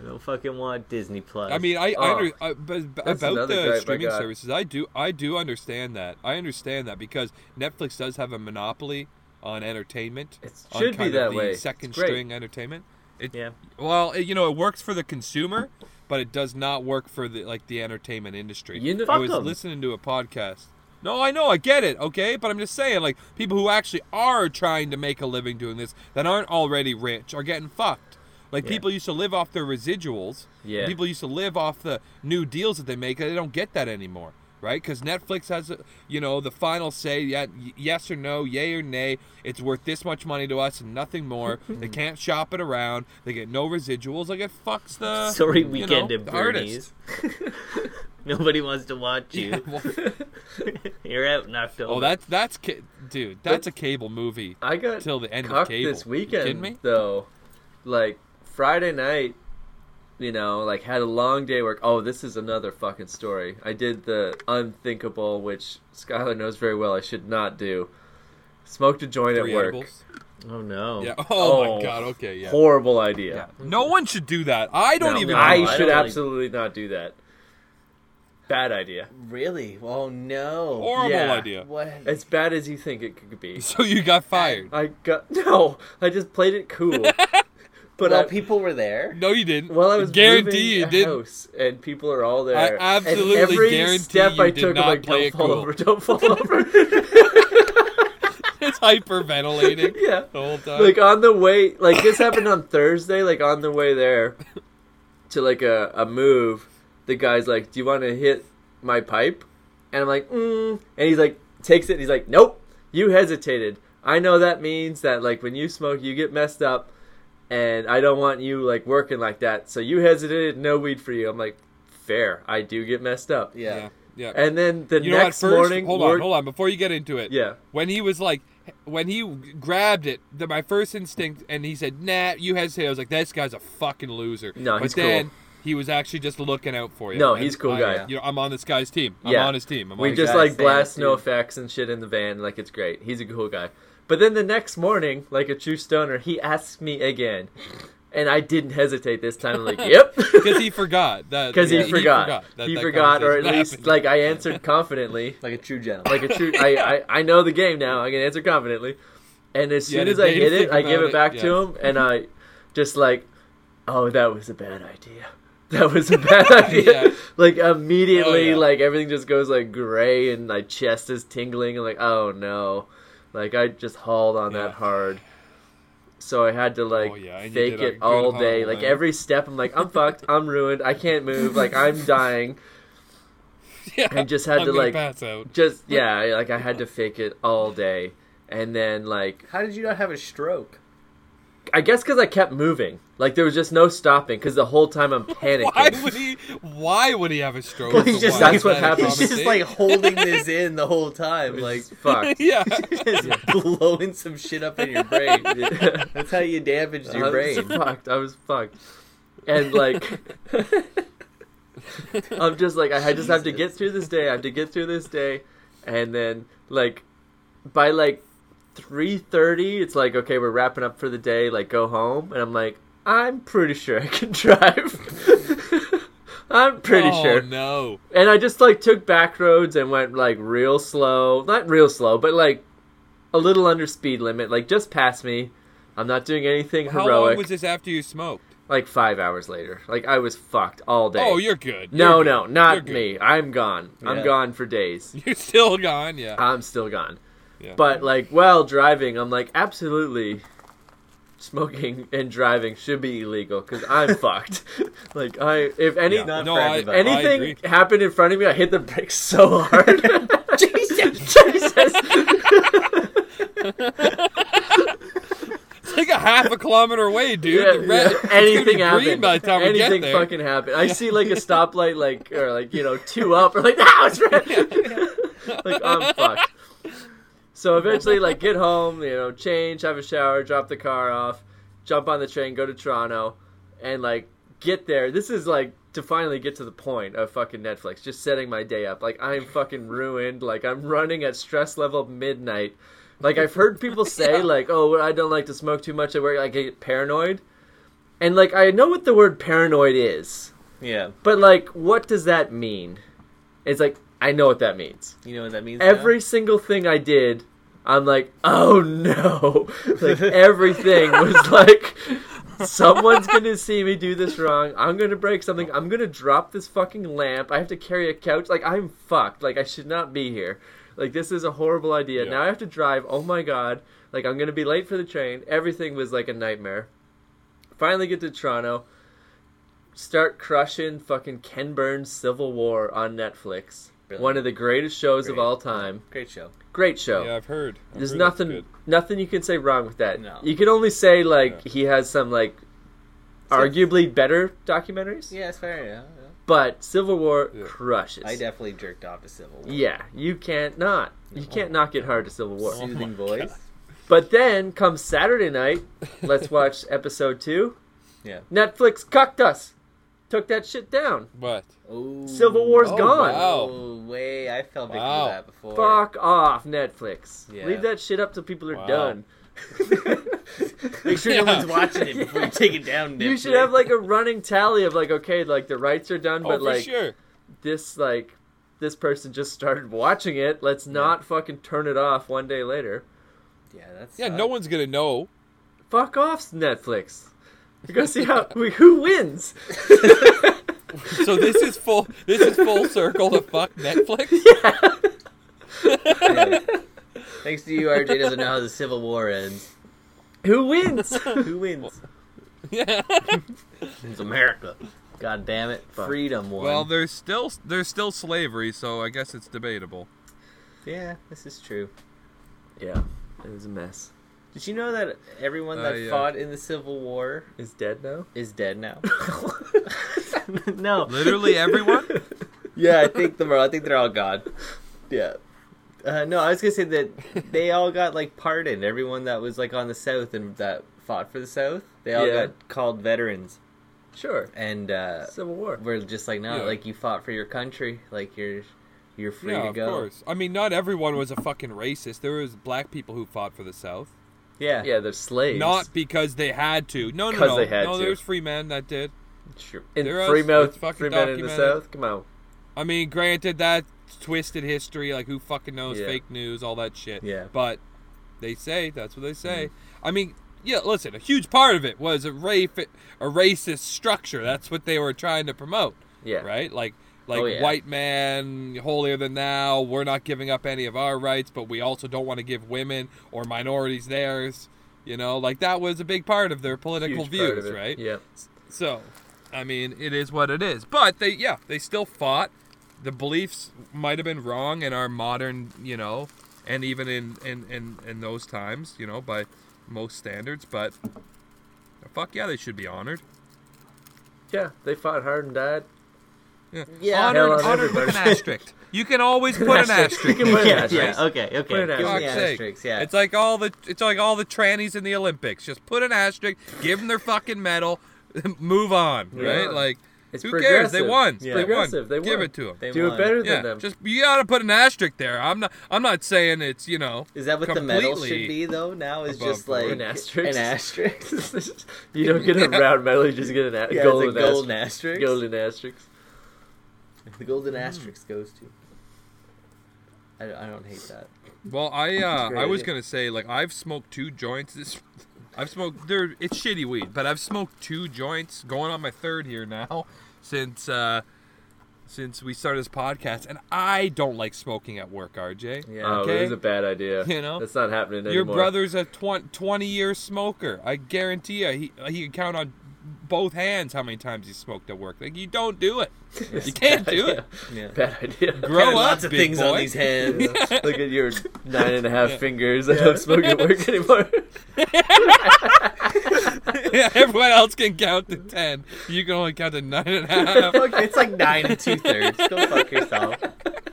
Speaker 2: I don't fucking want Disney Plus.
Speaker 3: I mean, I, I,
Speaker 1: Oh,
Speaker 3: under, I but, but
Speaker 1: that's
Speaker 3: about
Speaker 1: another
Speaker 3: the
Speaker 1: gripe I
Speaker 3: streaming
Speaker 1: got.
Speaker 3: services, I do I do understand that. I understand that because Netflix does have a monopoly on entertainment.
Speaker 1: It
Speaker 3: on
Speaker 1: should be
Speaker 3: kind of
Speaker 1: that
Speaker 3: the
Speaker 1: way. It's
Speaker 3: Second
Speaker 1: great.
Speaker 3: string entertainment. It,
Speaker 2: yeah,
Speaker 3: Well, it, you know, it works for the consumer, but it does not work for the like the entertainment industry.
Speaker 1: You know-
Speaker 3: I
Speaker 2: Fuck
Speaker 3: was
Speaker 2: 'em.
Speaker 3: listening to a podcast. No, I know, I get it, okay, but I'm just saying, like people who actually are trying to make a living doing this that aren't already rich are getting fucked. Like people used to live off their residuals.
Speaker 1: Yeah.
Speaker 3: People used to live off the new deals that they make. and They don't get that anymore, right? Because Netflix has, a, you know, the final say. Yeah, y- yes or no, yay or nay. It's worth this much money to us and
Speaker 2: <laughs>
Speaker 3: nothing more. they can't shop it around. They get no residuals. Like it fucks the
Speaker 2: sorry,
Speaker 3: uh, you know,
Speaker 2: Weekend at
Speaker 3: the artist.
Speaker 2: Bernie's. <laughs> Nobody wants to watch you.
Speaker 3: <laughs> Yeah, well,
Speaker 2: <laughs> You're out in October.
Speaker 3: oh, that's that's ca- dude. That's a cable movie
Speaker 1: I got
Speaker 3: till the end of
Speaker 1: cucked
Speaker 3: cable.
Speaker 1: this
Speaker 3: You kidding
Speaker 1: weekend
Speaker 3: me?
Speaker 1: though. Like Friday night, you know, like had a long day work. Oh, this is another fucking story. I did the unthinkable, which Skylar knows very well I should not do. Smoked a joint
Speaker 3: Three
Speaker 1: at work.
Speaker 3: edibles.
Speaker 2: Oh no.
Speaker 3: Yeah. Oh,
Speaker 1: Oh.
Speaker 3: my god. Okay. Yeah.
Speaker 1: Horrible idea.
Speaker 3: No one should do that. I don't
Speaker 1: No,
Speaker 3: even.
Speaker 1: I
Speaker 3: do that.
Speaker 2: I
Speaker 1: should
Speaker 2: don't like-
Speaker 1: absolutely not do that. Bad idea.
Speaker 2: Really? Oh no.
Speaker 3: Horrible
Speaker 1: Yeah.
Speaker 3: idea.
Speaker 2: what?
Speaker 1: As bad as you think it could
Speaker 3: <laughs>
Speaker 1: be.
Speaker 3: So you got fired.
Speaker 1: I got no. I just played it cool.
Speaker 3: <laughs>
Speaker 1: But
Speaker 2: well,
Speaker 1: I,
Speaker 2: people were there.
Speaker 3: No, you didn't.
Speaker 1: Well, I was
Speaker 3: guarantee
Speaker 1: moving
Speaker 3: you
Speaker 1: a
Speaker 3: didn't.
Speaker 1: house, and people are all there.
Speaker 3: I absolutely
Speaker 1: and every
Speaker 3: guarantee
Speaker 1: step
Speaker 3: you
Speaker 1: I
Speaker 3: did
Speaker 1: took,
Speaker 3: not
Speaker 1: I'm like, don't
Speaker 3: play it
Speaker 1: fall
Speaker 3: cool."
Speaker 1: over, don't
Speaker 3: <laughs>
Speaker 1: fall over.
Speaker 3: <laughs>
Speaker 1: <laughs>
Speaker 3: It's hyperventilating
Speaker 1: yeah,
Speaker 3: the whole time.
Speaker 1: like on the way, like this happened on Thursday. Like on the way there to like a a move, the guy's like, "Do you want to hit my pipe?" And I'm like, mm. and he's like, takes it. and He's like, "Nope, you hesitated. I know that means that like when you smoke, you get messed up." and I don't want you like working like that. So you hesitated, no weed for you. I'm like, fair. I do get messed up.
Speaker 2: Yeah.
Speaker 3: yeah, yeah.
Speaker 1: And then the
Speaker 3: you know what?
Speaker 1: next
Speaker 3: First,
Speaker 1: morning,
Speaker 3: hold on,
Speaker 1: work-
Speaker 3: hold on. Before you get into it,
Speaker 1: Yeah.
Speaker 3: When he was like, when he grabbed it, the, my first instinct, and he said, "Nah, you hesitate." I was like, "This guy's a fucking loser."
Speaker 1: No,
Speaker 3: but
Speaker 1: he's cool.
Speaker 3: then he was actually just looking out for you.
Speaker 1: No,
Speaker 3: And
Speaker 1: he's a cool
Speaker 3: I-
Speaker 1: guy.
Speaker 3: You know, I'm on this guy's team. I'm
Speaker 1: Yeah.
Speaker 3: on his team. I'm
Speaker 1: we
Speaker 3: on
Speaker 1: just
Speaker 3: his
Speaker 2: guy
Speaker 1: like
Speaker 2: stand
Speaker 1: blast
Speaker 2: too.
Speaker 1: no effects and shit in the van. Like it's great. He's a cool guy. But then the next morning, like a true stoner, he asks me again, and I didn't hesitate this time. I'm
Speaker 3: <laughs>
Speaker 1: like, yep. <laughs>
Speaker 3: because he forgot that
Speaker 1: Because
Speaker 3: yeah,
Speaker 1: he forgot.
Speaker 3: that-
Speaker 1: he
Speaker 3: that
Speaker 1: forgot, or at
Speaker 3: conversation
Speaker 1: least
Speaker 3: happened.
Speaker 1: like I answered confidently.
Speaker 2: Like a true gentleman.
Speaker 1: like a true I, I I know the game now. I can answer confidently. And as
Speaker 3: You had
Speaker 1: soon
Speaker 3: a
Speaker 1: as I
Speaker 3: day to
Speaker 1: hit it,
Speaker 3: think
Speaker 1: I give
Speaker 3: about
Speaker 1: it
Speaker 3: it, Mm-hmm.
Speaker 1: back to
Speaker 3: yeah.
Speaker 1: him, and I just like, oh, that was a bad idea. <laughs> That was a bad idea.
Speaker 3: <laughs> Yeah.
Speaker 1: Like immediately,
Speaker 3: Oh, yeah.
Speaker 1: like everything just goes like gray, and my chest is tingling, and like, oh no, like I just hauled on
Speaker 3: Yeah.
Speaker 1: that hard. So I had to like
Speaker 3: Oh, yeah, and you
Speaker 1: fake
Speaker 3: did a
Speaker 1: it all
Speaker 3: good
Speaker 1: day.
Speaker 3: haul,
Speaker 1: Like
Speaker 3: man.
Speaker 1: every step, I'm like, I'm fucked. I'm ruined. I can't move. Like I'm dying.
Speaker 3: <laughs> yeah,
Speaker 1: I just had
Speaker 3: I'm
Speaker 1: to,
Speaker 3: gonna
Speaker 1: like, <laughs>
Speaker 3: pass out.
Speaker 1: just yeah I- like i had to fake it all day and then like
Speaker 2: How did you not have a stroke?
Speaker 1: i guess because i kept moving like there was just no stopping because the whole time i'm
Speaker 3: <laughs> Why
Speaker 1: panicking
Speaker 3: would he? Why would he have a stroke?
Speaker 2: Well, he's just-
Speaker 3: Why
Speaker 1: that's
Speaker 3: is
Speaker 1: what
Speaker 3: that
Speaker 1: <laughs>
Speaker 3: a
Speaker 1: happens.
Speaker 2: He's <laughs> just
Speaker 3: conversation?
Speaker 2: like holding this in the whole time,
Speaker 1: <laughs>
Speaker 2: like
Speaker 1: It's fucked
Speaker 3: <laughs> yeah.
Speaker 2: just <laughs> blowing some shit up in your brain.
Speaker 1: your
Speaker 2: That's how you damaged your
Speaker 1: I
Speaker 2: brain. <laughs>
Speaker 1: was <laughs> fucked i was fucked and
Speaker 3: <laughs>
Speaker 1: like i'm just like i had- just have to get through this day i have to get through this day and then like by like three thirty, it's like okay, we're wrapping up for the day. Like go home, and I'm like, I'm pretty sure I can <laughs> drive. I'm pretty
Speaker 3: oh,
Speaker 1: sure.
Speaker 3: No.
Speaker 1: And I just like took back roads and went like real slow, not real slow, but like a little under speed limit, like just past me. I'm not doing anything
Speaker 3: How long
Speaker 1: heroic.
Speaker 3: was this after you smoked?
Speaker 1: like five hours later, like I was fucked all day.
Speaker 3: Oh, you're good.
Speaker 1: no,
Speaker 3: You're
Speaker 1: no,
Speaker 3: good. You're
Speaker 1: not
Speaker 3: good.
Speaker 1: me. I'm gone.
Speaker 2: Yeah.
Speaker 1: I'm gone for
Speaker 3: <laughs>
Speaker 1: days.
Speaker 3: You're still gone. Yeah.
Speaker 1: I'm still gone.
Speaker 3: Yeah.
Speaker 1: But like while driving, I'm like absolutely smoking and driving should be illegal because
Speaker 3: <laughs>
Speaker 1: I'm fucked. Like I, if any
Speaker 3: Yeah.
Speaker 2: not
Speaker 3: no,
Speaker 2: for
Speaker 3: I,
Speaker 2: everybody.
Speaker 3: I agree.
Speaker 1: anything happened in front of me, I hit the brakes so hard. <laughs>
Speaker 2: Jesus.
Speaker 1: Jesus.
Speaker 3: It's like a half a kilometer away, dude.
Speaker 1: Yeah,
Speaker 3: The red-
Speaker 1: yeah.
Speaker 3: it's gonna be
Speaker 1: Anything
Speaker 3: green
Speaker 1: happened.
Speaker 3: By the time we get
Speaker 1: Anything
Speaker 3: there.
Speaker 1: fucking happened. I see
Speaker 3: <laughs>
Speaker 1: like a stoplight, like or like you know two up, or like <laughs> now it's red. <laughs> like I'm fucked. So eventually, like get home, you know, change, have a shower, drop the car off, jump on the train, go to Toronto, and like get there. This is like to finally get to the point of fucking Netflix, just setting my day up. Like I'm fucking ruined. Like I'm running at stress level midnight. Like I've heard people
Speaker 3: <laughs>
Speaker 1: say, like, oh, I don't like to smoke too much at work. I get paranoid, and like I know what the word paranoid is,
Speaker 2: Yeah.
Speaker 1: but like, what does that mean? It's like I know what that means.
Speaker 2: You know what that means? now?
Speaker 1: Every single thing I did, I'm like, oh no! <laughs> Like everything was like, someone's gonna see me do this wrong. I'm gonna break something. I'm gonna drop this fucking lamp. I have to carry a couch. Like I'm fucked. Like I should not be here. Like this is a horrible idea.
Speaker 3: Yeah.
Speaker 1: Now I have to drive. Oh my god! Like I'm gonna be late for the train. Everything was like a nightmare. Finally get to Toronto. Start crushing fucking Ken Burns Civil War on Netflix.
Speaker 2: Brilliant.
Speaker 1: One of the greatest shows of
Speaker 2: Great.
Speaker 1: all time.
Speaker 2: Great show.
Speaker 1: Great show.
Speaker 3: Yeah, I've heard. I've
Speaker 1: There's
Speaker 3: heard that's
Speaker 1: nothing
Speaker 3: good.
Speaker 1: nothing you can say wrong with that.
Speaker 2: No.
Speaker 1: You can only say like he has some like arguably better documentaries,
Speaker 2: Yeah, it's fair. Yeah. yeah.
Speaker 1: but Civil War
Speaker 3: Yeah.
Speaker 1: crushes.
Speaker 2: I definitely jerked off to Civil War.
Speaker 1: yeah, you can't not. You can't not get hard to Civil War.
Speaker 2: <laughs> Soothing voice.
Speaker 1: But then comes Saturday night, let's watch episode 2.
Speaker 2: Yeah.
Speaker 1: Netflix cucked us. Took that shit down.
Speaker 3: But
Speaker 2: Oh,
Speaker 1: Civil War's
Speaker 3: Oh,
Speaker 1: gone.
Speaker 3: wow.
Speaker 2: Oh, way. I fell victim
Speaker 3: Wow.
Speaker 2: to that before.
Speaker 1: Fuck off, Netflix.
Speaker 2: Yeah.
Speaker 1: Leave that shit up till people are
Speaker 3: Wow. <laughs>
Speaker 1: done.
Speaker 2: Make sure no
Speaker 3: Yeah.
Speaker 2: one's watching it before you take it down.
Speaker 1: You
Speaker 2: Nip.
Speaker 1: should have like a running tally of like, okay, like the rights are done,
Speaker 3: oh,
Speaker 1: but
Speaker 3: for
Speaker 1: like
Speaker 3: sure.
Speaker 1: this, like this person just started watching it. Let's not fucking turn it off one day later.
Speaker 2: Yeah, that's.
Speaker 3: Yeah, no
Speaker 1: uh,
Speaker 3: one's gonna know.
Speaker 1: Fuck off, Netflix. We're gonna see how <laughs> we, who wins.
Speaker 3: So this is full. This is full
Speaker 1: <laughs>
Speaker 3: circle to fuck Netflix.
Speaker 2: <laughs> Thanks to you, RJ doesn't know how the Civil War ends.
Speaker 1: Who
Speaker 3: <laughs>
Speaker 1: wins?
Speaker 2: Who wins?
Speaker 3: Yeah.
Speaker 2: It's America. God damn it, freedom won.
Speaker 3: Well, there's still there's still slavery, so I guess it's debatable.
Speaker 2: yeah, this is true.
Speaker 1: yeah, it was a mess.
Speaker 2: Did you know that everyone
Speaker 3: Uh,
Speaker 2: that
Speaker 3: yeah.
Speaker 2: fought in the Civil War
Speaker 1: Is dead now.
Speaker 3: <laughs>
Speaker 2: is dead now? no,
Speaker 3: Literally everyone.
Speaker 2: Yeah, I think they're I think they're all gone.
Speaker 1: yeah.
Speaker 2: Uh, no, I was gonna say
Speaker 3: <laughs>
Speaker 2: that they all got like pardoned. Everyone that was like on the South and that fought for the South, they all
Speaker 1: Yeah.
Speaker 2: got called veterans,
Speaker 1: <laughs> Sure.
Speaker 2: and uh,
Speaker 1: Civil War.
Speaker 2: we're just like, no,
Speaker 3: Yeah.
Speaker 2: like you fought for your country, like you're you're free
Speaker 3: <laughs> yeah,
Speaker 2: to
Speaker 3: of
Speaker 2: go.
Speaker 3: course. I mean, not everyone was a fucking racist. There was black people who fought for the South,
Speaker 2: Yeah,
Speaker 1: Yeah, they're slaves.
Speaker 3: not because they had to. No, no,
Speaker 1: 'Cause
Speaker 3: no.
Speaker 1: they had
Speaker 3: no,
Speaker 1: to.
Speaker 3: there's free men that did.
Speaker 1: sure. in
Speaker 3: They're us,
Speaker 1: free mouth,
Speaker 3: it's fucking
Speaker 1: free men in the
Speaker 3: documented.
Speaker 1: south. Come on.
Speaker 3: I mean, granted, that twisted history, like who fucking knows,
Speaker 1: Yeah.
Speaker 3: fake news, all that shit.
Speaker 2: Yeah.
Speaker 3: But they say that's what they
Speaker 1: Mm.
Speaker 3: say. I mean, yeah. Listen, a huge part of it was a rape, a racist structure. That's what they were trying to promote,
Speaker 1: Yeah.
Speaker 3: right? Like, like
Speaker 1: Oh, yeah.
Speaker 3: white man holier than thou. We're not giving up any of our rights, but we also don't want to give women or minorities theirs. You know, like that was a big part of their political
Speaker 1: Huge part of
Speaker 3: views,
Speaker 1: it.
Speaker 3: right?
Speaker 1: Yeah.
Speaker 3: So, I mean, it is what it is. But they, yeah, they still fought. The beliefs might have been wrong in our modern, you know, and even in in in, in those times, you know, by most standards. But fuck yeah, they should be honored.
Speaker 1: Yeah. They fought hard and died.
Speaker 3: Yeah,
Speaker 2: Yeah.
Speaker 1: Hell
Speaker 3: honored,
Speaker 1: on
Speaker 3: honored with an
Speaker 1: everybody.
Speaker 3: asterisk. You
Speaker 1: <laughs>
Speaker 3: can always put an
Speaker 1: You
Speaker 3: asterisk.
Speaker 1: can put an
Speaker 2: <laughs> yeah,
Speaker 1: asterisk.
Speaker 2: yeah, Okay, okay.
Speaker 1: Put an
Speaker 2: Give 'em
Speaker 1: asterisk.
Speaker 2: the
Speaker 3: Fuck's sake.
Speaker 2: asterisks, yeah.
Speaker 3: It's like all the it's like all the trannies in the Olympics. Just put an asterisk, give them their fucking medal, <laughs> move on,
Speaker 1: Yeah.
Speaker 3: right? Like
Speaker 1: It's
Speaker 3: Who cares? They
Speaker 1: progressive.
Speaker 3: won.
Speaker 1: It's
Speaker 3: They won.
Speaker 1: progressive. They
Speaker 3: Give
Speaker 1: won.
Speaker 3: it to them.
Speaker 2: They
Speaker 1: Do
Speaker 2: won.
Speaker 1: it better
Speaker 3: Yeah,
Speaker 1: than them. <laughs>
Speaker 3: just you gotta put an asterisk there. I'm not. I'm not saying it's you know.
Speaker 2: Is that what the medal should
Speaker 3: completely
Speaker 2: be though? Now is
Speaker 3: above
Speaker 2: just
Speaker 3: board.
Speaker 2: like
Speaker 1: An asterisk.
Speaker 2: An
Speaker 3: <laughs>
Speaker 2: asterisk. <laughs>
Speaker 1: you don't get a
Speaker 3: Yeah.
Speaker 1: round medal. You just get an a-
Speaker 2: yeah,
Speaker 1: golden,
Speaker 2: it's a golden
Speaker 1: asterisk.
Speaker 2: asterisk.
Speaker 1: Golden asterisk.
Speaker 2: The golden asterisk goes to. I don't, I don't hate that.
Speaker 3: <laughs> Well, I
Speaker 2: a
Speaker 3: uh,
Speaker 2: great
Speaker 3: I was
Speaker 2: idea.
Speaker 3: gonna say like I've smoked two joints. This I've smoked. There, it's shitty weed, but I've smoked two joints, going on my third here now, since uh, since we started this podcast. And I don't like smoking at work, RJ.
Speaker 2: Yeah.
Speaker 1: Oh,
Speaker 3: Okay.
Speaker 1: it was a bad idea.
Speaker 3: You know?
Speaker 1: that's not happening
Speaker 3: Your
Speaker 1: anymore.
Speaker 3: brother's a tw- 20 year smoker. I guarantee you, he, he can count on both hands how many times he smoked at work. Like, you don't
Speaker 1: <laughs>
Speaker 3: do it. You can't do it.
Speaker 2: Yeah.
Speaker 1: <laughs> Bad
Speaker 3: <laughs>
Speaker 1: idea.
Speaker 3: Grow up,
Speaker 2: lots of
Speaker 3: big
Speaker 2: things on <laughs>
Speaker 3: boy.
Speaker 2: these hands.
Speaker 1: Look at <laughs> your nine and a half fingers. I don't smoke at work anymore.
Speaker 3: yeah, <laughs> everyone else can count to 10. You can only count to nine and a
Speaker 2: <laughs>
Speaker 3: half.
Speaker 2: Fuck, it's like nine and two thirds. Go fuck yourself.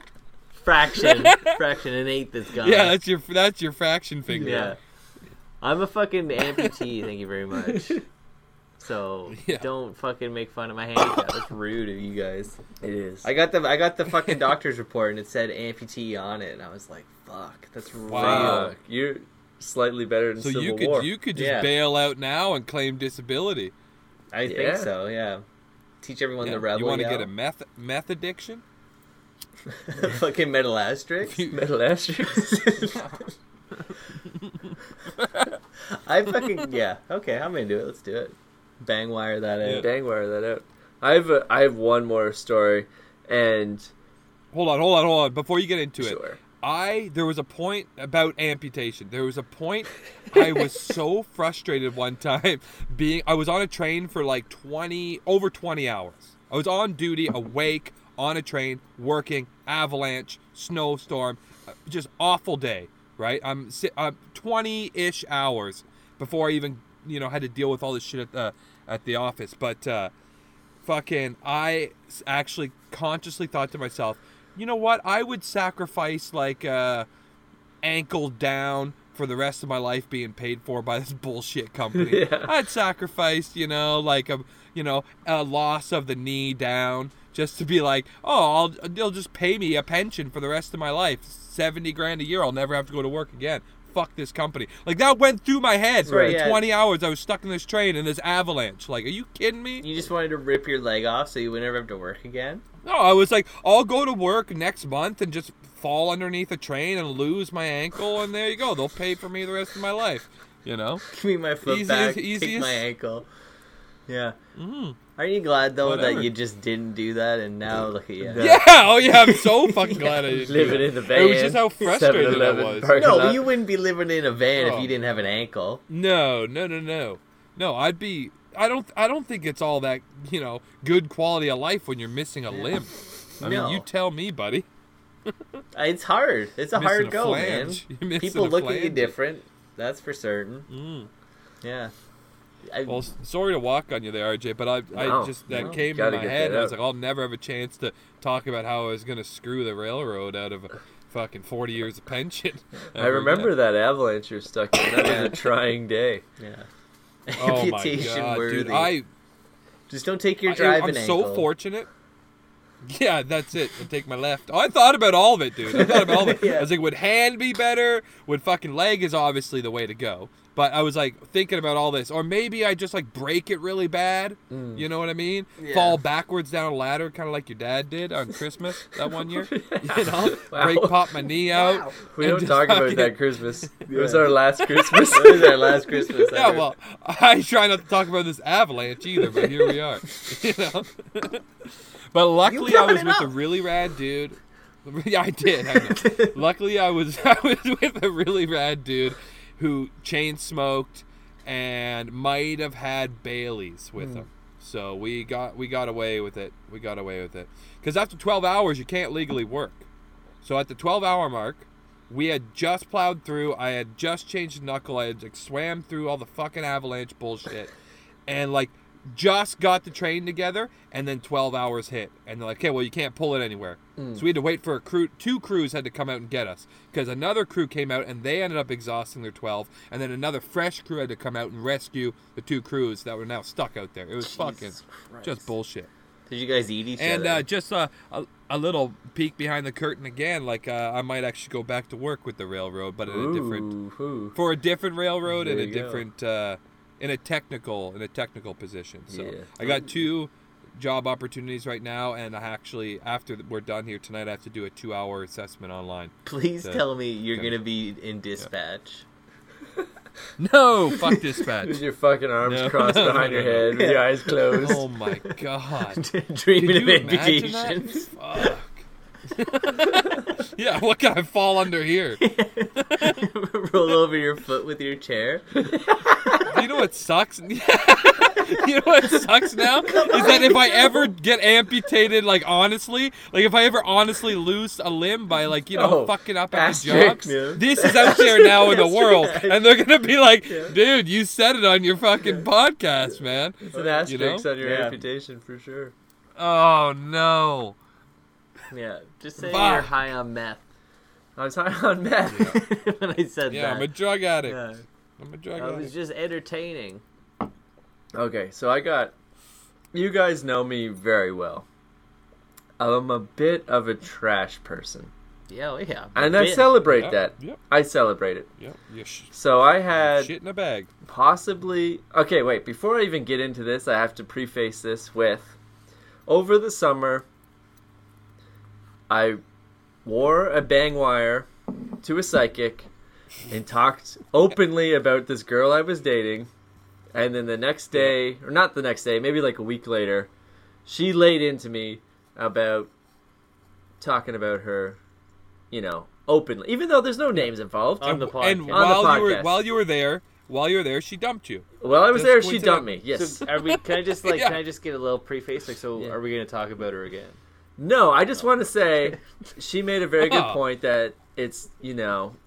Speaker 2: <laughs> Fraction, fraction, an eighth is gone.
Speaker 3: Yeah, that's your that's your fraction figure.
Speaker 2: yeah. I'm a fucking amputee. thank you very <laughs> much. So
Speaker 3: Yeah.
Speaker 2: don't fucking make fun of my handicap. That's rude of you guys.
Speaker 1: It is.
Speaker 2: I got the I got the <laughs> fucking doctor's report and it said amputee on it, and I was like, fuck, that's
Speaker 3: Wow.
Speaker 2: wow.
Speaker 1: Fuck, You're slightly better than
Speaker 3: So
Speaker 1: Civil
Speaker 3: you could
Speaker 1: War.
Speaker 3: you could just
Speaker 2: Yeah.
Speaker 3: bail out now and claim disability.
Speaker 2: I
Speaker 1: Yeah.
Speaker 2: think so. Yeah. Teach everyone
Speaker 3: Yeah.
Speaker 2: the rebel.
Speaker 3: you want
Speaker 2: <laughs>
Speaker 3: to
Speaker 2: yell.
Speaker 3: get a meth meth addiction?
Speaker 2: fucking metal <laughs> asterisk.
Speaker 1: metal
Speaker 3: <laughs>
Speaker 1: asterisks.
Speaker 2: I fucking yeah. Okay, I'm gonna do it. Let's do it. Bang wire that in.
Speaker 1: Dang, wire that out. I have a, I have one more story, and
Speaker 3: Hold on, hold on, hold on. Before you get into it,
Speaker 1: sure.
Speaker 3: I there was a point about amputation. There was a point I was so frustrated one time <laughs> being I was on a train for like 20 over 20 hours. I was on duty awake on a train working avalanche, snowstorm, uh, just awful day, right? I'm si- I'm 20-ish hours before I even, you know, had to deal with all this shit at the at the office, but uh fucking i s- actually consciously thought to myself you know what i would sacrifice like uh ankle down for the rest of my life being paid for by this <laughs> bullshit company
Speaker 2: <laughs>
Speaker 1: Yeah.
Speaker 3: i'd sacrifice you know like a you know a loss of the knee down just to be like oh I'll, they'll just pay me a pension for the rest of my life 70 grand a year i'll never have to go to work again fuck this company like that went through my head for
Speaker 2: Right,
Speaker 3: the
Speaker 2: yeah.
Speaker 3: 20 hours i was stuck in this train in this avalanche like are you kidding me
Speaker 2: You just wanted to rip your leg off so you would never have to work again. <laughs>
Speaker 3: No, I was like, I'll go to work next month and just fall underneath a train and lose my ankle, and there you go. They'll pay for me the rest of my life. You know?
Speaker 2: Give me my foot
Speaker 3: Easiest-
Speaker 2: back. Take
Speaker 3: easiest- Mm.
Speaker 2: my ankle. Yeah. Aren't you glad though
Speaker 3: Whatever.
Speaker 2: that you just didn't do that and now look at you? <laughs>
Speaker 3: <laughs> Yeah. Oh yeah, I'm
Speaker 1: <laughs>
Speaker 3: so fucking glad I didn't. do
Speaker 1: Living
Speaker 3: that.
Speaker 1: in the van.
Speaker 3: It was just how frustrated I
Speaker 1: 7-Eleven
Speaker 3: was.
Speaker 1: parking
Speaker 2: <laughs> No,
Speaker 1: lot.
Speaker 2: but you wouldn't be living in a van
Speaker 3: Oh.
Speaker 2: if you didn't have an ankle.
Speaker 3: No, no, no, no, no. I'd be. I don't. I don't think it's all that you know good quality of life when you're missing a limb. I
Speaker 2: No.
Speaker 3: mean, you tell me, buddy.
Speaker 2: Uh, It's hard. It's a
Speaker 3: Missing
Speaker 2: hard
Speaker 3: a
Speaker 2: go,
Speaker 3: flange. <laughs> You're
Speaker 2: man.
Speaker 3: missing
Speaker 2: People
Speaker 3: a
Speaker 2: look at you
Speaker 3: flange.
Speaker 2: different. That's for certain.
Speaker 3: Mm.
Speaker 2: Yeah. I,
Speaker 3: Well, s- sorry to walk on you there, RJ, but I,
Speaker 1: No,
Speaker 3: I just that
Speaker 1: no,
Speaker 3: came in
Speaker 1: gotta
Speaker 3: my
Speaker 1: get
Speaker 3: head.
Speaker 1: that
Speaker 3: And I was
Speaker 1: out.
Speaker 3: like, I'll never have a chance to talk about how I was gonna screw the railroad out of a fucking forty years of pension.
Speaker 1: <laughs> I remember that avalanche you're stuck in. That was a trying day.
Speaker 2: yeah.
Speaker 3: <laughs> Oh my
Speaker 2: Amputation
Speaker 3: god, dude!
Speaker 2: worthy.
Speaker 3: I,
Speaker 2: Just don't take your
Speaker 3: I
Speaker 2: driving
Speaker 3: I'm
Speaker 2: ankle.
Speaker 3: so fortunate. Yeah, that's it. I take my left. I thought about all of it, dude. I thought about all of
Speaker 2: <laughs>
Speaker 3: it. I was like, would hand be better? Would fucking leg is obviously the way to go. But I was like thinking about all this, or maybe I just like break it really bad.
Speaker 2: Mm.
Speaker 3: You know what I mean? Fall backwards down a ladder, kind of like your dad did on Christmas that one
Speaker 2: <laughs>
Speaker 3: year. You know,
Speaker 1: Wow.
Speaker 3: break pop my knee out.
Speaker 1: We
Speaker 3: and
Speaker 1: don't
Speaker 3: just
Speaker 1: talk about
Speaker 3: fucking-
Speaker 1: that Christmas. It was our last Christmas.
Speaker 2: That was our
Speaker 1: <laughs>
Speaker 2: last Christmas.
Speaker 3: Yeah,
Speaker 2: ever.
Speaker 3: well, I try not to talk about this avalanche either, but here we are. <laughs> You know, <laughs> but luckily I
Speaker 2: brought
Speaker 3: was
Speaker 2: it
Speaker 3: with a
Speaker 2: up.
Speaker 3: really rad dude. <laughs> Yeah, I did. I know. luckily, I was <laughs> I was with a really rad dude who chain smoked and might have had Bailey's with him. So we got we got away with it. We got away with it because after 12 hours, you can't legally work. So at the 12 hour mark, we had just plowed through. I had just changed the knuckle. I had like swam through all the fucking avalanche bullshit, and like just got the train together. And then 12 hours hit, and they're like, "Okay, well you can't pull it anywhere." So we had to wait for a crew. Two crews had to come out and get us because another crew came out and they ended up exhausting their 12, and then another fresh crew had to come out and rescue the two crews that were now stuck out there. It was fucking just bullshit.
Speaker 2: Did you guys eat each
Speaker 3: And
Speaker 2: other?
Speaker 3: uh, just a, a a little peek behind the curtain again. Like uh, I might actually go back to work with the railroad, but in a different
Speaker 1: Ooh, ooh.
Speaker 3: for a different railroad and
Speaker 1: There
Speaker 3: a
Speaker 1: you go.
Speaker 3: different uh, in a technical in a technical position. So
Speaker 1: Yeah.
Speaker 3: I got two job opportunities right now, and I actually after we're done here tonight, I have to do a two-hour assessment online.
Speaker 2: <laughs> Please
Speaker 3: the-
Speaker 2: tell me you're
Speaker 3: Okay.
Speaker 2: gonna be in dispatch.
Speaker 3: No, <laughs> fuck
Speaker 1: <laughs>
Speaker 3: dispatch.
Speaker 1: With your fucking arms
Speaker 3: No.
Speaker 1: crossed behind your head, with your eyes closed,
Speaker 3: oh my
Speaker 2: <laughs>
Speaker 3: god.
Speaker 2: Dreaming of
Speaker 3: Could you imagine
Speaker 1: <laughs>
Speaker 3: that?
Speaker 2: ambitions.
Speaker 3: Fuck. yeah, what can I fall under here?
Speaker 2: <laughs> Roll over your foot with your
Speaker 3: <laughs>
Speaker 2: chair.
Speaker 3: You know what sucks? <laughs> you know what sucks now is that if I ever get amputated, like honestly, like if I ever honestly lose a limb by like you know
Speaker 1: Oh,
Speaker 3: fucking up at
Speaker 1: ass
Speaker 3: the job,
Speaker 1: cheek, man.
Speaker 3: this is out there now in the
Speaker 1: Ass
Speaker 3: world,
Speaker 1: cheek.
Speaker 3: and they're gonna be like, dude, you said it on your fucking podcast, man.
Speaker 1: it's an asterisk
Speaker 3: know?
Speaker 1: on your
Speaker 2: Yeah.
Speaker 1: amputation for sure.
Speaker 3: Oh no.
Speaker 2: Yeah, just say
Speaker 3: Fuck.
Speaker 2: you're high on meth <laughs>
Speaker 1: I was high <laughs> on meth.
Speaker 2: when I said
Speaker 3: Yeah, I'm a
Speaker 2: that.
Speaker 3: drug addict.
Speaker 2: Yeah,
Speaker 3: I'm a drug
Speaker 2: I
Speaker 3: addict.
Speaker 2: was just entertaining.
Speaker 1: Okay, so I got. You guys know me very well. I'm a bit of a trash person,
Speaker 2: Yeah, oh, yeah.
Speaker 1: and I
Speaker 2: Bit.
Speaker 1: celebrate
Speaker 3: Yep,
Speaker 1: that.
Speaker 3: Yep.
Speaker 1: I celebrate it.
Speaker 3: Yep. You're sh-
Speaker 1: So I had
Speaker 3: shit in a bag.
Speaker 1: possibly okay wait before i even get into this i have to preface this with over the summer i wore a bang wire to a psychic and talked openly about this girl i was dating and then the next day or not the next day maybe like a week later she laid into me about talking about her you know openly even though there's no names involved
Speaker 2: On the podcast.
Speaker 3: And
Speaker 1: On the
Speaker 3: while you were
Speaker 1: podcast.
Speaker 3: while you were there, while you were there, she dumped you.
Speaker 1: while i was
Speaker 3: just
Speaker 1: there she
Speaker 3: coincidental.
Speaker 1: dumped me
Speaker 3: <laughs>
Speaker 1: yes
Speaker 2: So are we? Can I just like?
Speaker 3: Yeah.
Speaker 2: Can I just get a little preface? Like, so
Speaker 1: Yeah.
Speaker 2: are we gonna talk about her again?
Speaker 1: No, I just want to say she made a very good
Speaker 3: Oh.
Speaker 1: point that it's, you know,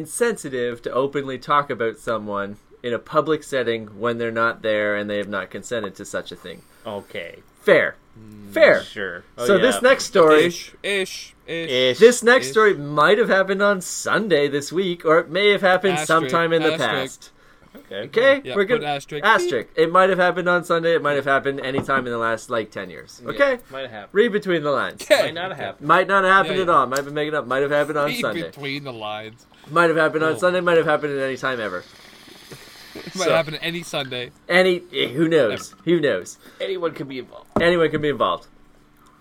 Speaker 1: insensitive to openly talk about someone in a public setting when they're not there and they have not consented to such a thing.
Speaker 2: Okay,
Speaker 1: Fair. Fair.
Speaker 2: sure. Oh,
Speaker 1: so this next story
Speaker 3: Ish, ish, ish.
Speaker 2: Ish.
Speaker 1: this next
Speaker 3: Ish.
Speaker 1: story might have happened on Sunday this week or it may have happened
Speaker 3: Asterisk,
Speaker 1: sometime in the past.
Speaker 3: asterisk.
Speaker 1: Okay?
Speaker 3: Yeah,
Speaker 1: We're
Speaker 3: put
Speaker 1: good.
Speaker 3: asterisk.
Speaker 1: Asterisk. It might have happened on Sunday, it might have happened anytime in the last like 10 years. Okay?
Speaker 2: might have happened.
Speaker 1: Read between the lines.
Speaker 3: Okay.
Speaker 2: Might not have happened.
Speaker 1: Might not have happened
Speaker 3: Yeah,
Speaker 1: at
Speaker 3: yeah.
Speaker 1: all. Might have been making up. Might have happened on
Speaker 3: Read
Speaker 1: Sunday.
Speaker 3: between the lines. <laughs>
Speaker 1: Might have happened on
Speaker 3: Oh.
Speaker 1: Sunday. Might have happened at any time ever.
Speaker 3: It might
Speaker 1: So-
Speaker 3: happen any Sunday.
Speaker 1: Any eh, who knows? Who knows?
Speaker 2: Anyone could be involved.
Speaker 1: Anyone can be involved.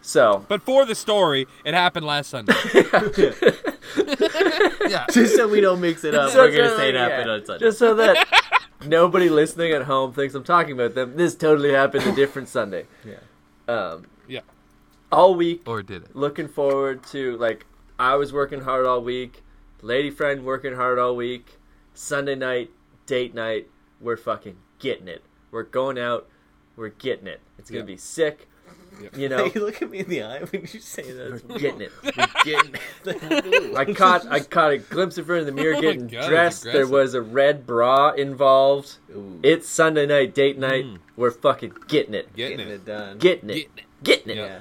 Speaker 1: So
Speaker 3: But for the story, it happened last
Speaker 1: <laughs>
Speaker 3: Sunday. yeah.
Speaker 2: Just so we don't <laughs> mix it up,
Speaker 1: So
Speaker 2: we're gonna
Speaker 1: so,
Speaker 2: say it
Speaker 1: yeah,
Speaker 2: happened on Sunday.
Speaker 1: Just so that <laughs> nobody listening at home thinks I'm talking about them. This totally happened a different Sunday. Yeah. Um,
Speaker 3: Yeah.
Speaker 1: All week,
Speaker 3: Or did it?
Speaker 1: looking forward to like I was working hard all week, lady friend working hard all week. Sunday night, date night, we're fucking getting it. We're going out, we're getting it. It's gonna
Speaker 3: Yeah.
Speaker 1: be sick.
Speaker 3: Yep.
Speaker 1: You
Speaker 2: <laughs>
Speaker 1: know,
Speaker 2: you look at me in the eye when you say that.
Speaker 1: we're getting it.
Speaker 2: <laughs> Getting
Speaker 1: I caught I caught a glimpse of her in the mirror
Speaker 3: Oh my
Speaker 1: getting
Speaker 3: God, it's
Speaker 1: dressed. There
Speaker 3: aggressive.
Speaker 1: was a red bra involved.
Speaker 2: <laughs> <laughs> Ooh,
Speaker 1: It's Sunday night, date night.
Speaker 3: Mm.
Speaker 1: We're fucking getting it.
Speaker 3: Getting,
Speaker 2: getting
Speaker 3: it.
Speaker 2: it done.
Speaker 1: Getting it.
Speaker 3: Getting it.
Speaker 1: Getting it.
Speaker 3: Yeah.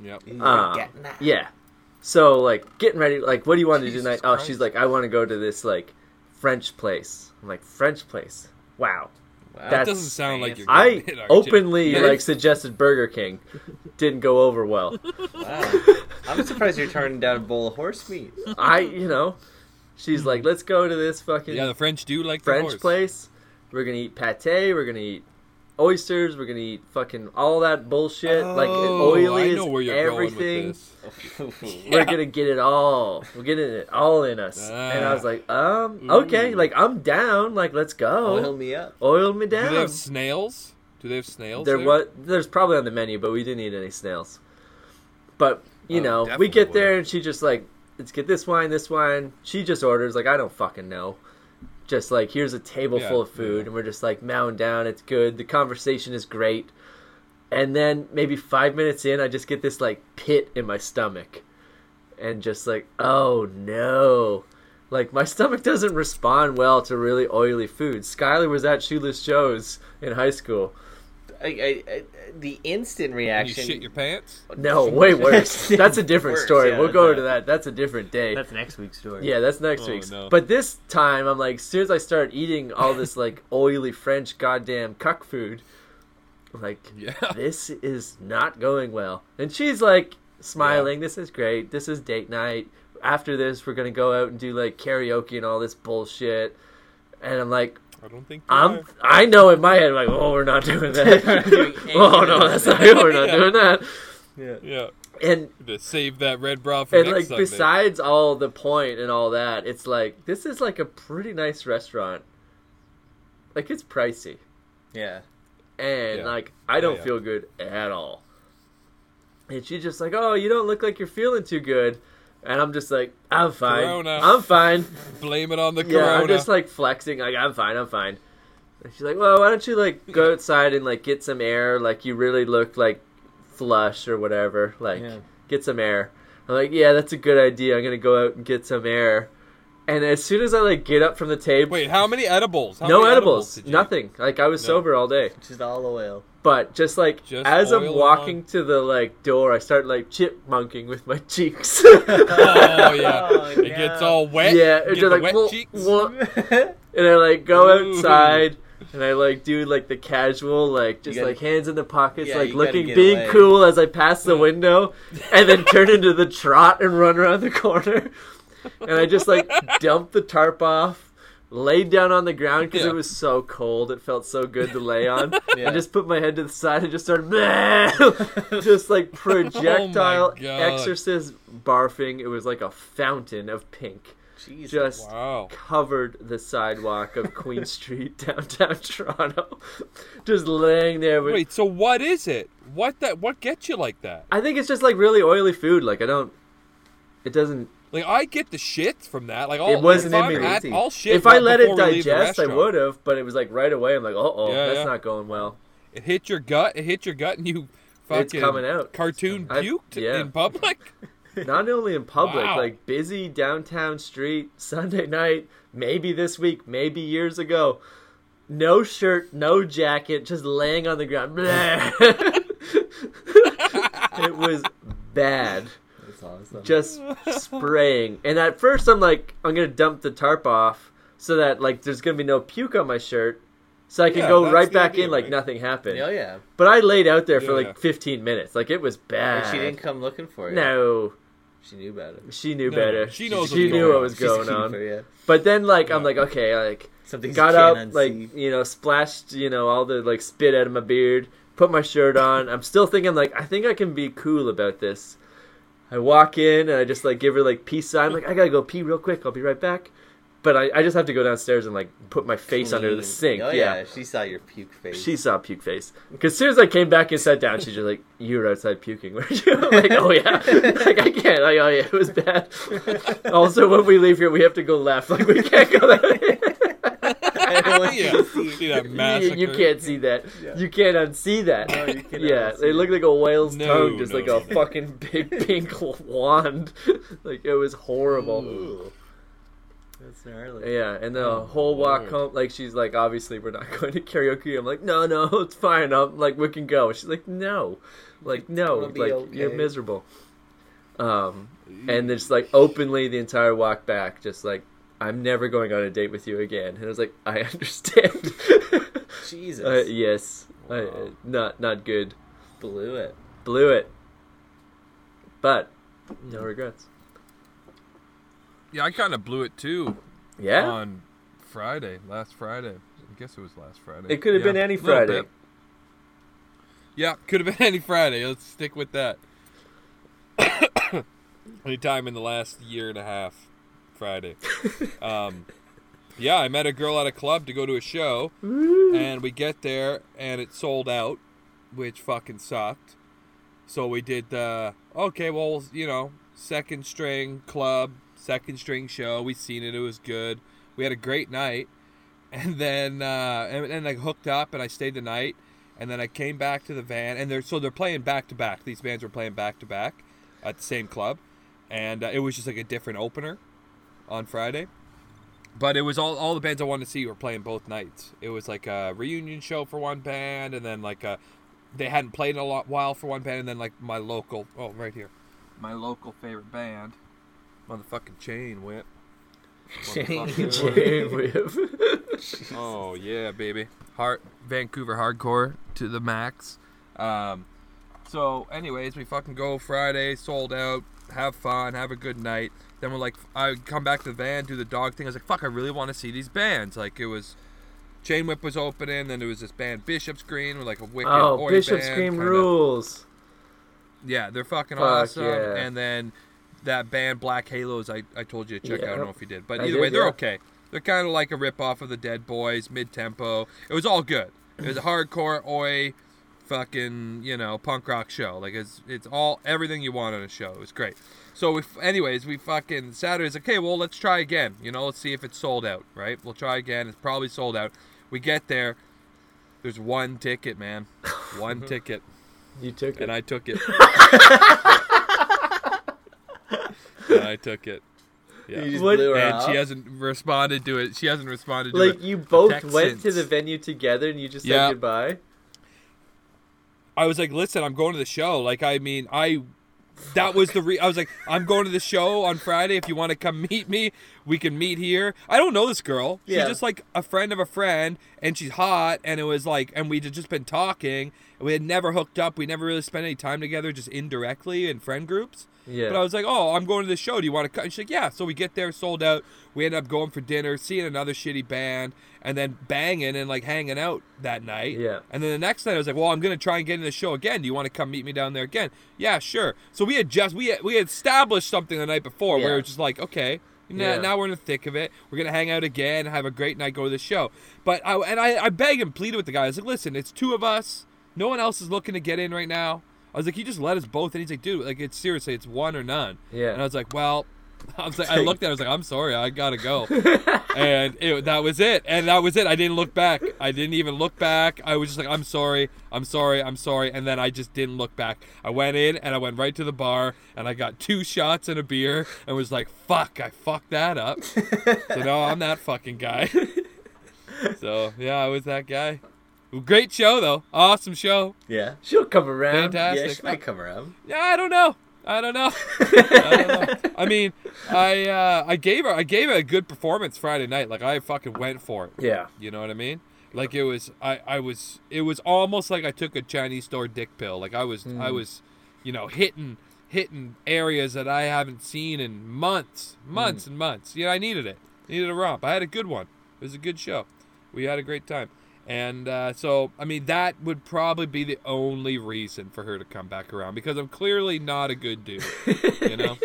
Speaker 2: yeah.
Speaker 3: Yep.
Speaker 1: Uh,
Speaker 5: Getting that.
Speaker 1: Yeah. So like getting ready, like what do you want to do
Speaker 3: Jesus
Speaker 1: tonight? Oh,
Speaker 3: Christ.
Speaker 1: she's like, I want to go to this like French place. I'm like French place. Wow.
Speaker 2: Wow.
Speaker 1: That-
Speaker 3: That doesn't sound like you're.
Speaker 1: I
Speaker 3: getting it, RJ.
Speaker 1: openly
Speaker 3: Yeah.
Speaker 1: like suggested Burger King. Didn't go over
Speaker 3: <laughs>
Speaker 1: well.
Speaker 2: wow. I'm surprised you're turning down a bowl of horse
Speaker 1: <laughs>
Speaker 2: meat. <laughs>
Speaker 1: I, you know, she's like, let's go to this fucking
Speaker 3: Yeah, the French do like the
Speaker 1: French
Speaker 3: horse.
Speaker 1: place. We're gonna eat pate. We're gonna eat oysters. We're gonna eat fucking all that bullshit. like
Speaker 3: Oh,
Speaker 1: oily
Speaker 3: I know
Speaker 1: is
Speaker 3: where you're
Speaker 1: everything.
Speaker 3: Going with
Speaker 1: We're gonna get it all. We're getting it all in us. and
Speaker 2: Uh,
Speaker 1: I was like, um, okay, like I'm down. Like let's go.
Speaker 2: mm. Oil
Speaker 1: Oil,
Speaker 2: me
Speaker 1: me
Speaker 2: up.
Speaker 3: this. Do they
Speaker 1: down.
Speaker 3: have snails? Do they have snails?
Speaker 1: There
Speaker 3: there?
Speaker 1: was there's probably on the menu, but we didn't eat any snails. But you
Speaker 3: Oh,
Speaker 1: know, we
Speaker 3: definitely
Speaker 1: get there
Speaker 3: would've.
Speaker 1: and she just like, let's get this wine, this wine. She just orders like I don't fucking know. Just like here's a table
Speaker 3: Yeah,
Speaker 1: full of food,
Speaker 3: yeah.
Speaker 1: and we're just like mowing down. It's good. The conversation is great. And then maybe five minutes in, I just get this like pit in my stomach, and just like oh no. Like my stomach doesn't respond well to really oily food. Skylar was at Shoeless Joe's in high school.
Speaker 2: I, I, I, the instant
Speaker 3: And you
Speaker 2: reaction.
Speaker 3: shit
Speaker 1: <laughs>
Speaker 3: your pants?
Speaker 1: No, way worse. That's a different
Speaker 2: Worse,
Speaker 1: story.
Speaker 2: yeah,
Speaker 1: we'll go
Speaker 2: that's
Speaker 1: to that. That's a different day.
Speaker 2: <laughs> That's next week's story.
Speaker 1: yeah, that's next
Speaker 3: Oh,
Speaker 1: week's.
Speaker 3: no.
Speaker 1: But this time, I'm like, as soon as I start eating all this like oily French goddamn cuck food, Like,
Speaker 3: Yeah.
Speaker 1: this is not going well. And she's like smiling. This is great. This is date night. After this, we're gonna go out and do like karaoke and all this bullshit. And I'm like,
Speaker 3: I don't think.
Speaker 1: I'm I know in my head like, oh, we're not doing
Speaker 2: We're not doing
Speaker 1: that.
Speaker 2: any
Speaker 1: <laughs> oh
Speaker 2: of
Speaker 1: no,
Speaker 2: that.
Speaker 1: that's not we're not
Speaker 3: Yeah.
Speaker 1: doing that.
Speaker 3: Yeah.
Speaker 1: And
Speaker 3: To save that red bra for
Speaker 1: and
Speaker 3: next
Speaker 1: like
Speaker 3: Sunday.
Speaker 1: besides all the point and all that, it's like this is like a pretty nice restaurant. Like it's pricey,
Speaker 2: Yeah.
Speaker 1: and
Speaker 3: Yeah.
Speaker 1: like I don't
Speaker 3: yeah.
Speaker 1: feel good at all. And she's just like, "Oh, you don't look like you're feeling too good," and I'm just like, "I'm fine,
Speaker 3: Corona.
Speaker 1: I'm fine."
Speaker 3: <laughs> Blame it on the
Speaker 1: Yeah,
Speaker 3: corona.
Speaker 1: I'm just like flexing, like I'm fine, I'm fine. And she's like, "Well, why don't you like go outside and like get some air? Like you really look like flush or whatever. Like
Speaker 2: Yeah.
Speaker 1: get some air." I'm like, "Yeah, that's a good idea. I'm gonna go out and get some air." And as soon as I like get up from the table,
Speaker 3: Wait, how many edibles? How
Speaker 1: no
Speaker 3: many
Speaker 1: edibles,
Speaker 3: did you-
Speaker 1: nothing. Like I was
Speaker 3: No.
Speaker 1: sober all day,
Speaker 2: Just all
Speaker 1: <laughs>
Speaker 2: the oil.
Speaker 1: but just like
Speaker 3: Just
Speaker 1: as
Speaker 3: oil
Speaker 1: I'm
Speaker 3: and
Speaker 1: walking to the like door, I start like chipmunking with my <laughs>
Speaker 3: <laughs>
Speaker 1: cheeks.
Speaker 3: Oh
Speaker 1: <laughs>
Speaker 3: yeah,
Speaker 2: Oh,
Speaker 3: it
Speaker 2: no.
Speaker 3: gets all wet.
Speaker 1: yeah, and
Speaker 3: Get
Speaker 1: they're
Speaker 3: the
Speaker 1: like,
Speaker 3: wet
Speaker 1: "Whoa,
Speaker 3: cheeks.
Speaker 1: whoa." and I like
Speaker 2: <laughs>
Speaker 1: go outside and I like do like the casual like just
Speaker 2: gotta-
Speaker 1: like hands in the pockets
Speaker 2: Yeah,
Speaker 1: like
Speaker 2: you gotta
Speaker 1: looking
Speaker 2: get
Speaker 1: being
Speaker 2: away.
Speaker 1: cool as I pass the window and
Speaker 2: <laughs>
Speaker 1: then turn into the trot and run around the corner and I just like dump the tarp off laid down on the ground because
Speaker 3: Yeah.
Speaker 1: it was so cold it felt so good to lay on
Speaker 2: <laughs> Yeah.
Speaker 1: I just put my head to the side and just started
Speaker 2: <laughs>
Speaker 1: just
Speaker 2: Oh
Speaker 1: like projectile
Speaker 3: God.
Speaker 1: exorcist barfing it was like a fountain of pink
Speaker 2: Jesus.
Speaker 1: just
Speaker 3: Wow.
Speaker 1: covered the sidewalk of Queen Street, <laughs> downtown Toronto, just laying there. With,
Speaker 3: Wait, so what is it? What that? What gets you like that?
Speaker 1: I think it's just like really oily food. Like I don't, it doesn't.
Speaker 3: Like I get the shit from that. Like all,
Speaker 1: wasn't
Speaker 3: Oh, if
Speaker 1: in
Speaker 3: I'm
Speaker 1: me.
Speaker 3: at- I'll shit.
Speaker 1: if I
Speaker 3: right
Speaker 1: let it
Speaker 3: before we leave the
Speaker 1: digest, I
Speaker 3: restaurant.
Speaker 1: would have. But it was like right away. I'm like, uh oh,
Speaker 3: Yeah,
Speaker 1: that's
Speaker 3: yeah.
Speaker 1: not going well.
Speaker 3: It hit your gut. It hit your gut, and you fucking
Speaker 1: coming out.
Speaker 3: Cartoon
Speaker 1: I-
Speaker 3: puked
Speaker 1: yeah.
Speaker 3: in public. <laughs>
Speaker 1: Not only in public,
Speaker 3: Wow.
Speaker 1: like busy downtown street <laughs> Sunday night, maybe this week, maybe years ago. No shirt, no jacket, just laying on the ground. <laughs> it was bad.
Speaker 2: That's awesome.
Speaker 1: just spraying. And at first, I'm like, I'm gonna dump the tarp off so that like there's gonna be no puke on my shirt, so I can
Speaker 3: Yeah,
Speaker 1: go
Speaker 3: that's
Speaker 1: right
Speaker 3: the
Speaker 1: back
Speaker 3: idea,
Speaker 1: in like
Speaker 3: right?
Speaker 1: nothing happened.
Speaker 2: oh yeah.
Speaker 1: But I laid out there for
Speaker 3: Yeah.
Speaker 1: like 15 minutes. Like it was bad.
Speaker 2: Like, she didn't come looking for you.
Speaker 1: No,
Speaker 2: She knew about it.
Speaker 1: she knew
Speaker 3: No,
Speaker 1: better.
Speaker 3: she knows
Speaker 1: She
Speaker 3: what's
Speaker 1: knew
Speaker 3: going
Speaker 1: what
Speaker 3: on.
Speaker 1: was
Speaker 2: She's
Speaker 1: going
Speaker 2: a
Speaker 1: on.
Speaker 2: keeper, Yeah.
Speaker 1: But then like I'm
Speaker 3: Yeah.
Speaker 1: like okay like
Speaker 2: Something
Speaker 1: got
Speaker 2: you
Speaker 1: up
Speaker 2: can't
Speaker 1: like
Speaker 2: unsee.
Speaker 1: you know splashed you know all the like spit out of my beard put my shirt on i'm still thinking like i think i can be cool about this i walk in and i just like give her like peace sign like i gotta go pee real quick i'll be right back but i, I just have to go downstairs and like put my face under the
Speaker 2: Mm.
Speaker 1: sink
Speaker 2: Oh
Speaker 1: yeah.
Speaker 2: yeah. She saw your puke face. <laughs>
Speaker 1: she saw puke face because as soon as i came back and sat down she's just like you were outside puking <laughs> weren't you I'm like oh yeah <laughs> like i can't like oh yeah it was bad <laughs> also when we leave here we have to go left <laughs> like we can't go <laughs> that way <laughs>
Speaker 2: I don't want
Speaker 3: yeah.
Speaker 2: you to see.
Speaker 3: See that
Speaker 1: you,
Speaker 3: massacre?
Speaker 1: you can't see that.
Speaker 2: Yeah.
Speaker 1: You can't unsee that. <laughs>
Speaker 2: No, you cannot
Speaker 1: yeah,
Speaker 2: unsee
Speaker 1: it looked like a whale's
Speaker 3: No,
Speaker 1: tongue, just
Speaker 3: no,
Speaker 1: like
Speaker 3: no.
Speaker 1: a fucking big pink <laughs> wand. like it was horrible.
Speaker 2: Ooh. That's gnarly.
Speaker 1: Yeah, and the whole walk
Speaker 3: Lord.
Speaker 1: home, like she's like, obviously we're not <laughs> going to karaoke. I'm like, no, no, it's fine. I'm like, we can go. She's like, no, like no,
Speaker 2: gonna
Speaker 1: like
Speaker 2: be
Speaker 1: you're
Speaker 2: okay.
Speaker 1: miserable. Um, and it's like openly the entire walk back, just like. I'm never going on a date with you again. And I was like, I <laughs> understand.
Speaker 2: Jesus.
Speaker 1: Uh, yes, I-
Speaker 3: Wow.
Speaker 1: uh, not not good.
Speaker 2: Blew it.
Speaker 1: Blew it, but no regrets.
Speaker 3: Yeah, I kind of blew it too
Speaker 1: Yeah, <laughs>
Speaker 3: on Friday, last Friday. I guess it was last Friday.
Speaker 1: it could have
Speaker 3: Yeah,
Speaker 1: been any
Speaker 3: little
Speaker 1: Friday.
Speaker 3: bit. Yeah, could have been <laughs> any Friday. Let's stick with that. <coughs> any time in the last year and a half, Friday.
Speaker 1: <laughs>
Speaker 3: um, yeah, I met a girl at a club to go to a show, and we get there and it sold out, which fucking sucked. So we did the okay, well, you know, second string club, second string show. We seen it; it was good. We had a great night, and then uh, and, and I hooked up and I stayed the night, and then I came back to the van and they're so they're playing back to back. These bands were playing back to back at the same club, and uh, it was just like a different opener on Friday. But it was all all the bands I wanted to see were playing both nights. It was like a reunion show for one band, and then like a they hadn't played in a lot while for one band, and then like my local oh right here, my local favorite band, motherfucking Chain Whip.
Speaker 2: James.
Speaker 1: James.
Speaker 3: Oh yeah, baby. Heart Vancouver hardcore to the max. Um, so, anyways, we fucking go Friday, sold out. Have fun, have a good night. Then we're like, I come back to the van, do the dog thing. I was like, fuck, I really want to see these bands. Like it was, Chain Whip was opening. Then there was this band Bishop's Green with like a wicked
Speaker 1: oh,
Speaker 3: oi
Speaker 1: Bishop
Speaker 3: band,
Speaker 1: Scream
Speaker 3: kinda-
Speaker 1: rules.
Speaker 3: Yeah, they're fucking
Speaker 1: Fuck
Speaker 3: awesome.
Speaker 1: yeah.
Speaker 3: And then that band Black Halos, I, I told you to check out. I don't know
Speaker 1: Yep.
Speaker 3: if you did, but
Speaker 1: I
Speaker 3: either
Speaker 1: did,
Speaker 3: way, they're
Speaker 1: yeah.
Speaker 3: okay. They're kind of like a rip off of the Dead Boys, mid tempo. It was all good. It was a hardcore oi, fucking you know punk rock show. Like it's it's all everything you want on a show. It was great. So we, f- anyways, we fucking Saturday's like, hey, well, let's try again. You know, let's see if it's sold out. Right? We'll try again. It's probably sold out. We get there. There's one ticket, man.
Speaker 1: <laughs>
Speaker 3: One ticket
Speaker 1: You took it.
Speaker 3: and I took
Speaker 1: <laughs>
Speaker 3: it. and I took it. Yeah.
Speaker 1: just What- blew
Speaker 3: And she hasn't responded to it. She hasn't responded to
Speaker 1: like
Speaker 3: it.
Speaker 1: you both went
Speaker 3: Texans.
Speaker 1: to the venue together and you just said
Speaker 3: Yeah.
Speaker 1: goodbye.
Speaker 3: I was like, listen, I'm going to the show. Like, I mean, I. That was the re. I was like, I'm going to the show on Friday. If you want to come <laughs> meet me, we can meet here. I don't know this girl. She's
Speaker 1: Yeah.
Speaker 3: just like a friend of a friend, and she's hot. And it was like, and we had just been talking. We had never hooked up. We never really spent any time together, just indirectly in friend groups.
Speaker 1: Yeah.
Speaker 3: But I was like, oh, I'm going to this show. Do you want to cut? And she's like, yeah. So we get there, sold out. We end up going for dinner, seeing another shitty band, and then banging and like hanging out that night.
Speaker 1: Yeah.
Speaker 3: And then the next night, I was like, well, I'm going to try and get in the show again. Do you want to come meet me down there again? Yeah, sure. So we had just, we had, we had established something the night before where
Speaker 1: Yeah.
Speaker 3: it was just like, okay. Now,
Speaker 1: Yeah.
Speaker 3: now we're in the thick of it. We're gonna hang out again, have a great night, go to the show. But I and I, I begged and pleaded with the guy. I was like, "Listen, it's two of us. No one else is looking to get in right now." I was like, "You just let us both." And he's like, "Dude, like it's seriously, it's one or none."
Speaker 1: Yeah.
Speaker 3: And I was like, "Well," <laughs> I was like, I looked at, it, I was like, "I'm sorry, I gotta go." and it, that was it. And that was it. I didn't look back. I didn't even look back. I was just like, I'm sorry. I'm sorry. I'm sorry. And then I just didn't look back. I went in and I went right to the bar and I got two shots and a beer and was like, fuck, I fucked that up. so now I'm that
Speaker 2: <laughs>
Speaker 3: fucking guy. so yeah, I was that guy. Great show though. Awesome show.
Speaker 2: yeah.
Speaker 1: She'll come around.
Speaker 2: Yeah,
Speaker 3: Fantastic.
Speaker 2: she might come around.
Speaker 3: Yeah, I don't know. I
Speaker 2: <laughs>
Speaker 3: don't know. I, don't know. I mean, I uh, I gave her I gave her a good performance Friday night. Like I fucking went for it.
Speaker 1: Yeah.
Speaker 3: You know what I mean? Like it was I I was it was almost like I took a Chinese store dick pill. Like I was I was, you know, hitting hitting areas that I haven't seen in months, months and months. Yeah, I needed it. Needed a romp. I had a good one. It was a good show. We had a great time. And uh, so, I mean, that would probably be the only reason for her to come back around because I'm clearly not a good dude.
Speaker 1: <laughs>
Speaker 3: You know,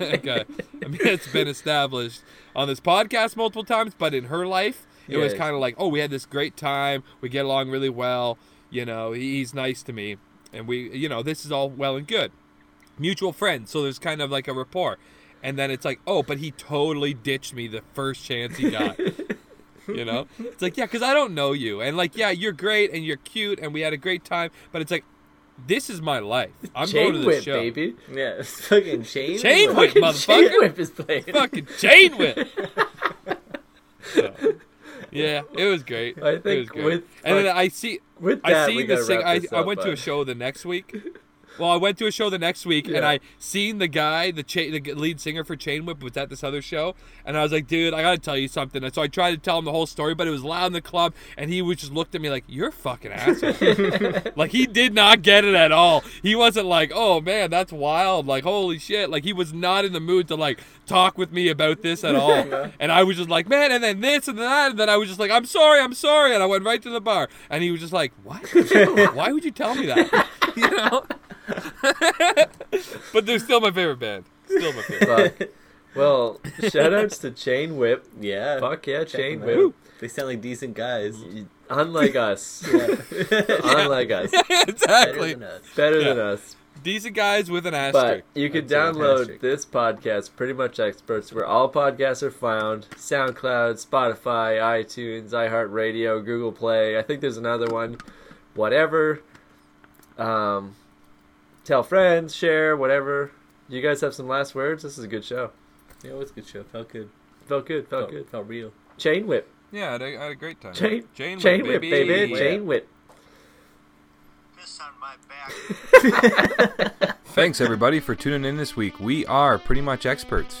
Speaker 3: Like, uh, I mean, it's been established on this podcast multiple times, but in her life, it was
Speaker 1: Yeah.
Speaker 3: kind of like, oh, we had this great time. We get along really well. You know, he- he's nice to me. And we, you know, this is all well and good. Mutual friends. So there's kind of like a rapport. And then it's like, oh, but he totally ditched me the first chance
Speaker 1: <laughs>
Speaker 3: he got. you know? It's like, yeah, because I don't know you. And like, yeah, you're great and you're cute and we had a great time. But it's like, this is my life. I'm
Speaker 1: Chain
Speaker 3: going to the
Speaker 1: whip,
Speaker 3: show.
Speaker 1: baby.
Speaker 3: <laughs>
Speaker 2: Yeah, <laughs> it's fucking chain.
Speaker 3: Chain
Speaker 2: whip.
Speaker 3: whip,
Speaker 1: Fucking
Speaker 3: motherfucker.
Speaker 1: Chain whip is playing.
Speaker 3: fucking
Speaker 1: <laughs>
Speaker 3: chain whip. So, yeah, it was great.
Speaker 1: I
Speaker 3: it
Speaker 1: think
Speaker 3: was great.
Speaker 1: with-
Speaker 3: and then I see
Speaker 1: With that,
Speaker 3: I
Speaker 1: we
Speaker 3: seen
Speaker 1: gotta
Speaker 3: the sing-
Speaker 1: wrap
Speaker 3: I,
Speaker 1: this
Speaker 3: I
Speaker 1: up,
Speaker 3: went to
Speaker 1: bud.
Speaker 3: a show the next week. Well, I went to a show the next week, and
Speaker 1: Yeah.
Speaker 3: I seen the guy, the cha- the lead singer for Chain Whip, was at this other show, and I was like, "Dude, I gotta tell you something." And so I tried to tell him the whole story, but it was loud in the club, and he was just looked at me like, "You're a fucking asshole." like he did not get it at all. He wasn't like, "Oh man, that's wild!" Like, "Holy shit!" Like he was not in the mood to like talk with me about this at all. And I was just like, "Man," and then this and that, and then I was just like, "I'm sorry, I'm sorry," and I went right to the bar, and he was just like, "What? Why would you tell me that?" <laughs> you know. but they're still my favorite band. Still my favorite.
Speaker 1: <laughs> Fuck. Well, shout outs to Chain Whip.
Speaker 2: Yeah.
Speaker 1: Fuck yeah, Chain
Speaker 2: them out.
Speaker 1: Whip.
Speaker 2: They sound like decent guys.
Speaker 3: <laughs>
Speaker 1: Unlike us. <laughs> Unlike us.
Speaker 2: Better
Speaker 3: exactly.
Speaker 2: than us.
Speaker 1: Better
Speaker 3: Yeah.
Speaker 1: than us.
Speaker 3: Decent guys with an asterisk.
Speaker 1: But you can
Speaker 2: That's
Speaker 1: download
Speaker 2: fantastic.
Speaker 1: this podcast, Pretty Much Experts, where all podcasts are found SoundCloud, Spotify, iTunes, iHeartRadio, Google Play. I think there's another one. Whatever. Um, tell friends, share, whatever. You guys have some last words? This is a good show.
Speaker 2: Yeah, it was a good show. Felt good.
Speaker 1: Felt good, felt
Speaker 2: Felt,
Speaker 1: good.
Speaker 2: felt real.
Speaker 1: Chain whip.
Speaker 3: yeah, I had a- I had a great time.
Speaker 1: Chain,
Speaker 3: Jane
Speaker 1: chain
Speaker 3: Whip,
Speaker 1: whip, baby.
Speaker 2: baby.
Speaker 1: Chain whip.
Speaker 6: piss on my back.
Speaker 3: Thanks, everybody, for tuning in this week. We are pretty much experts.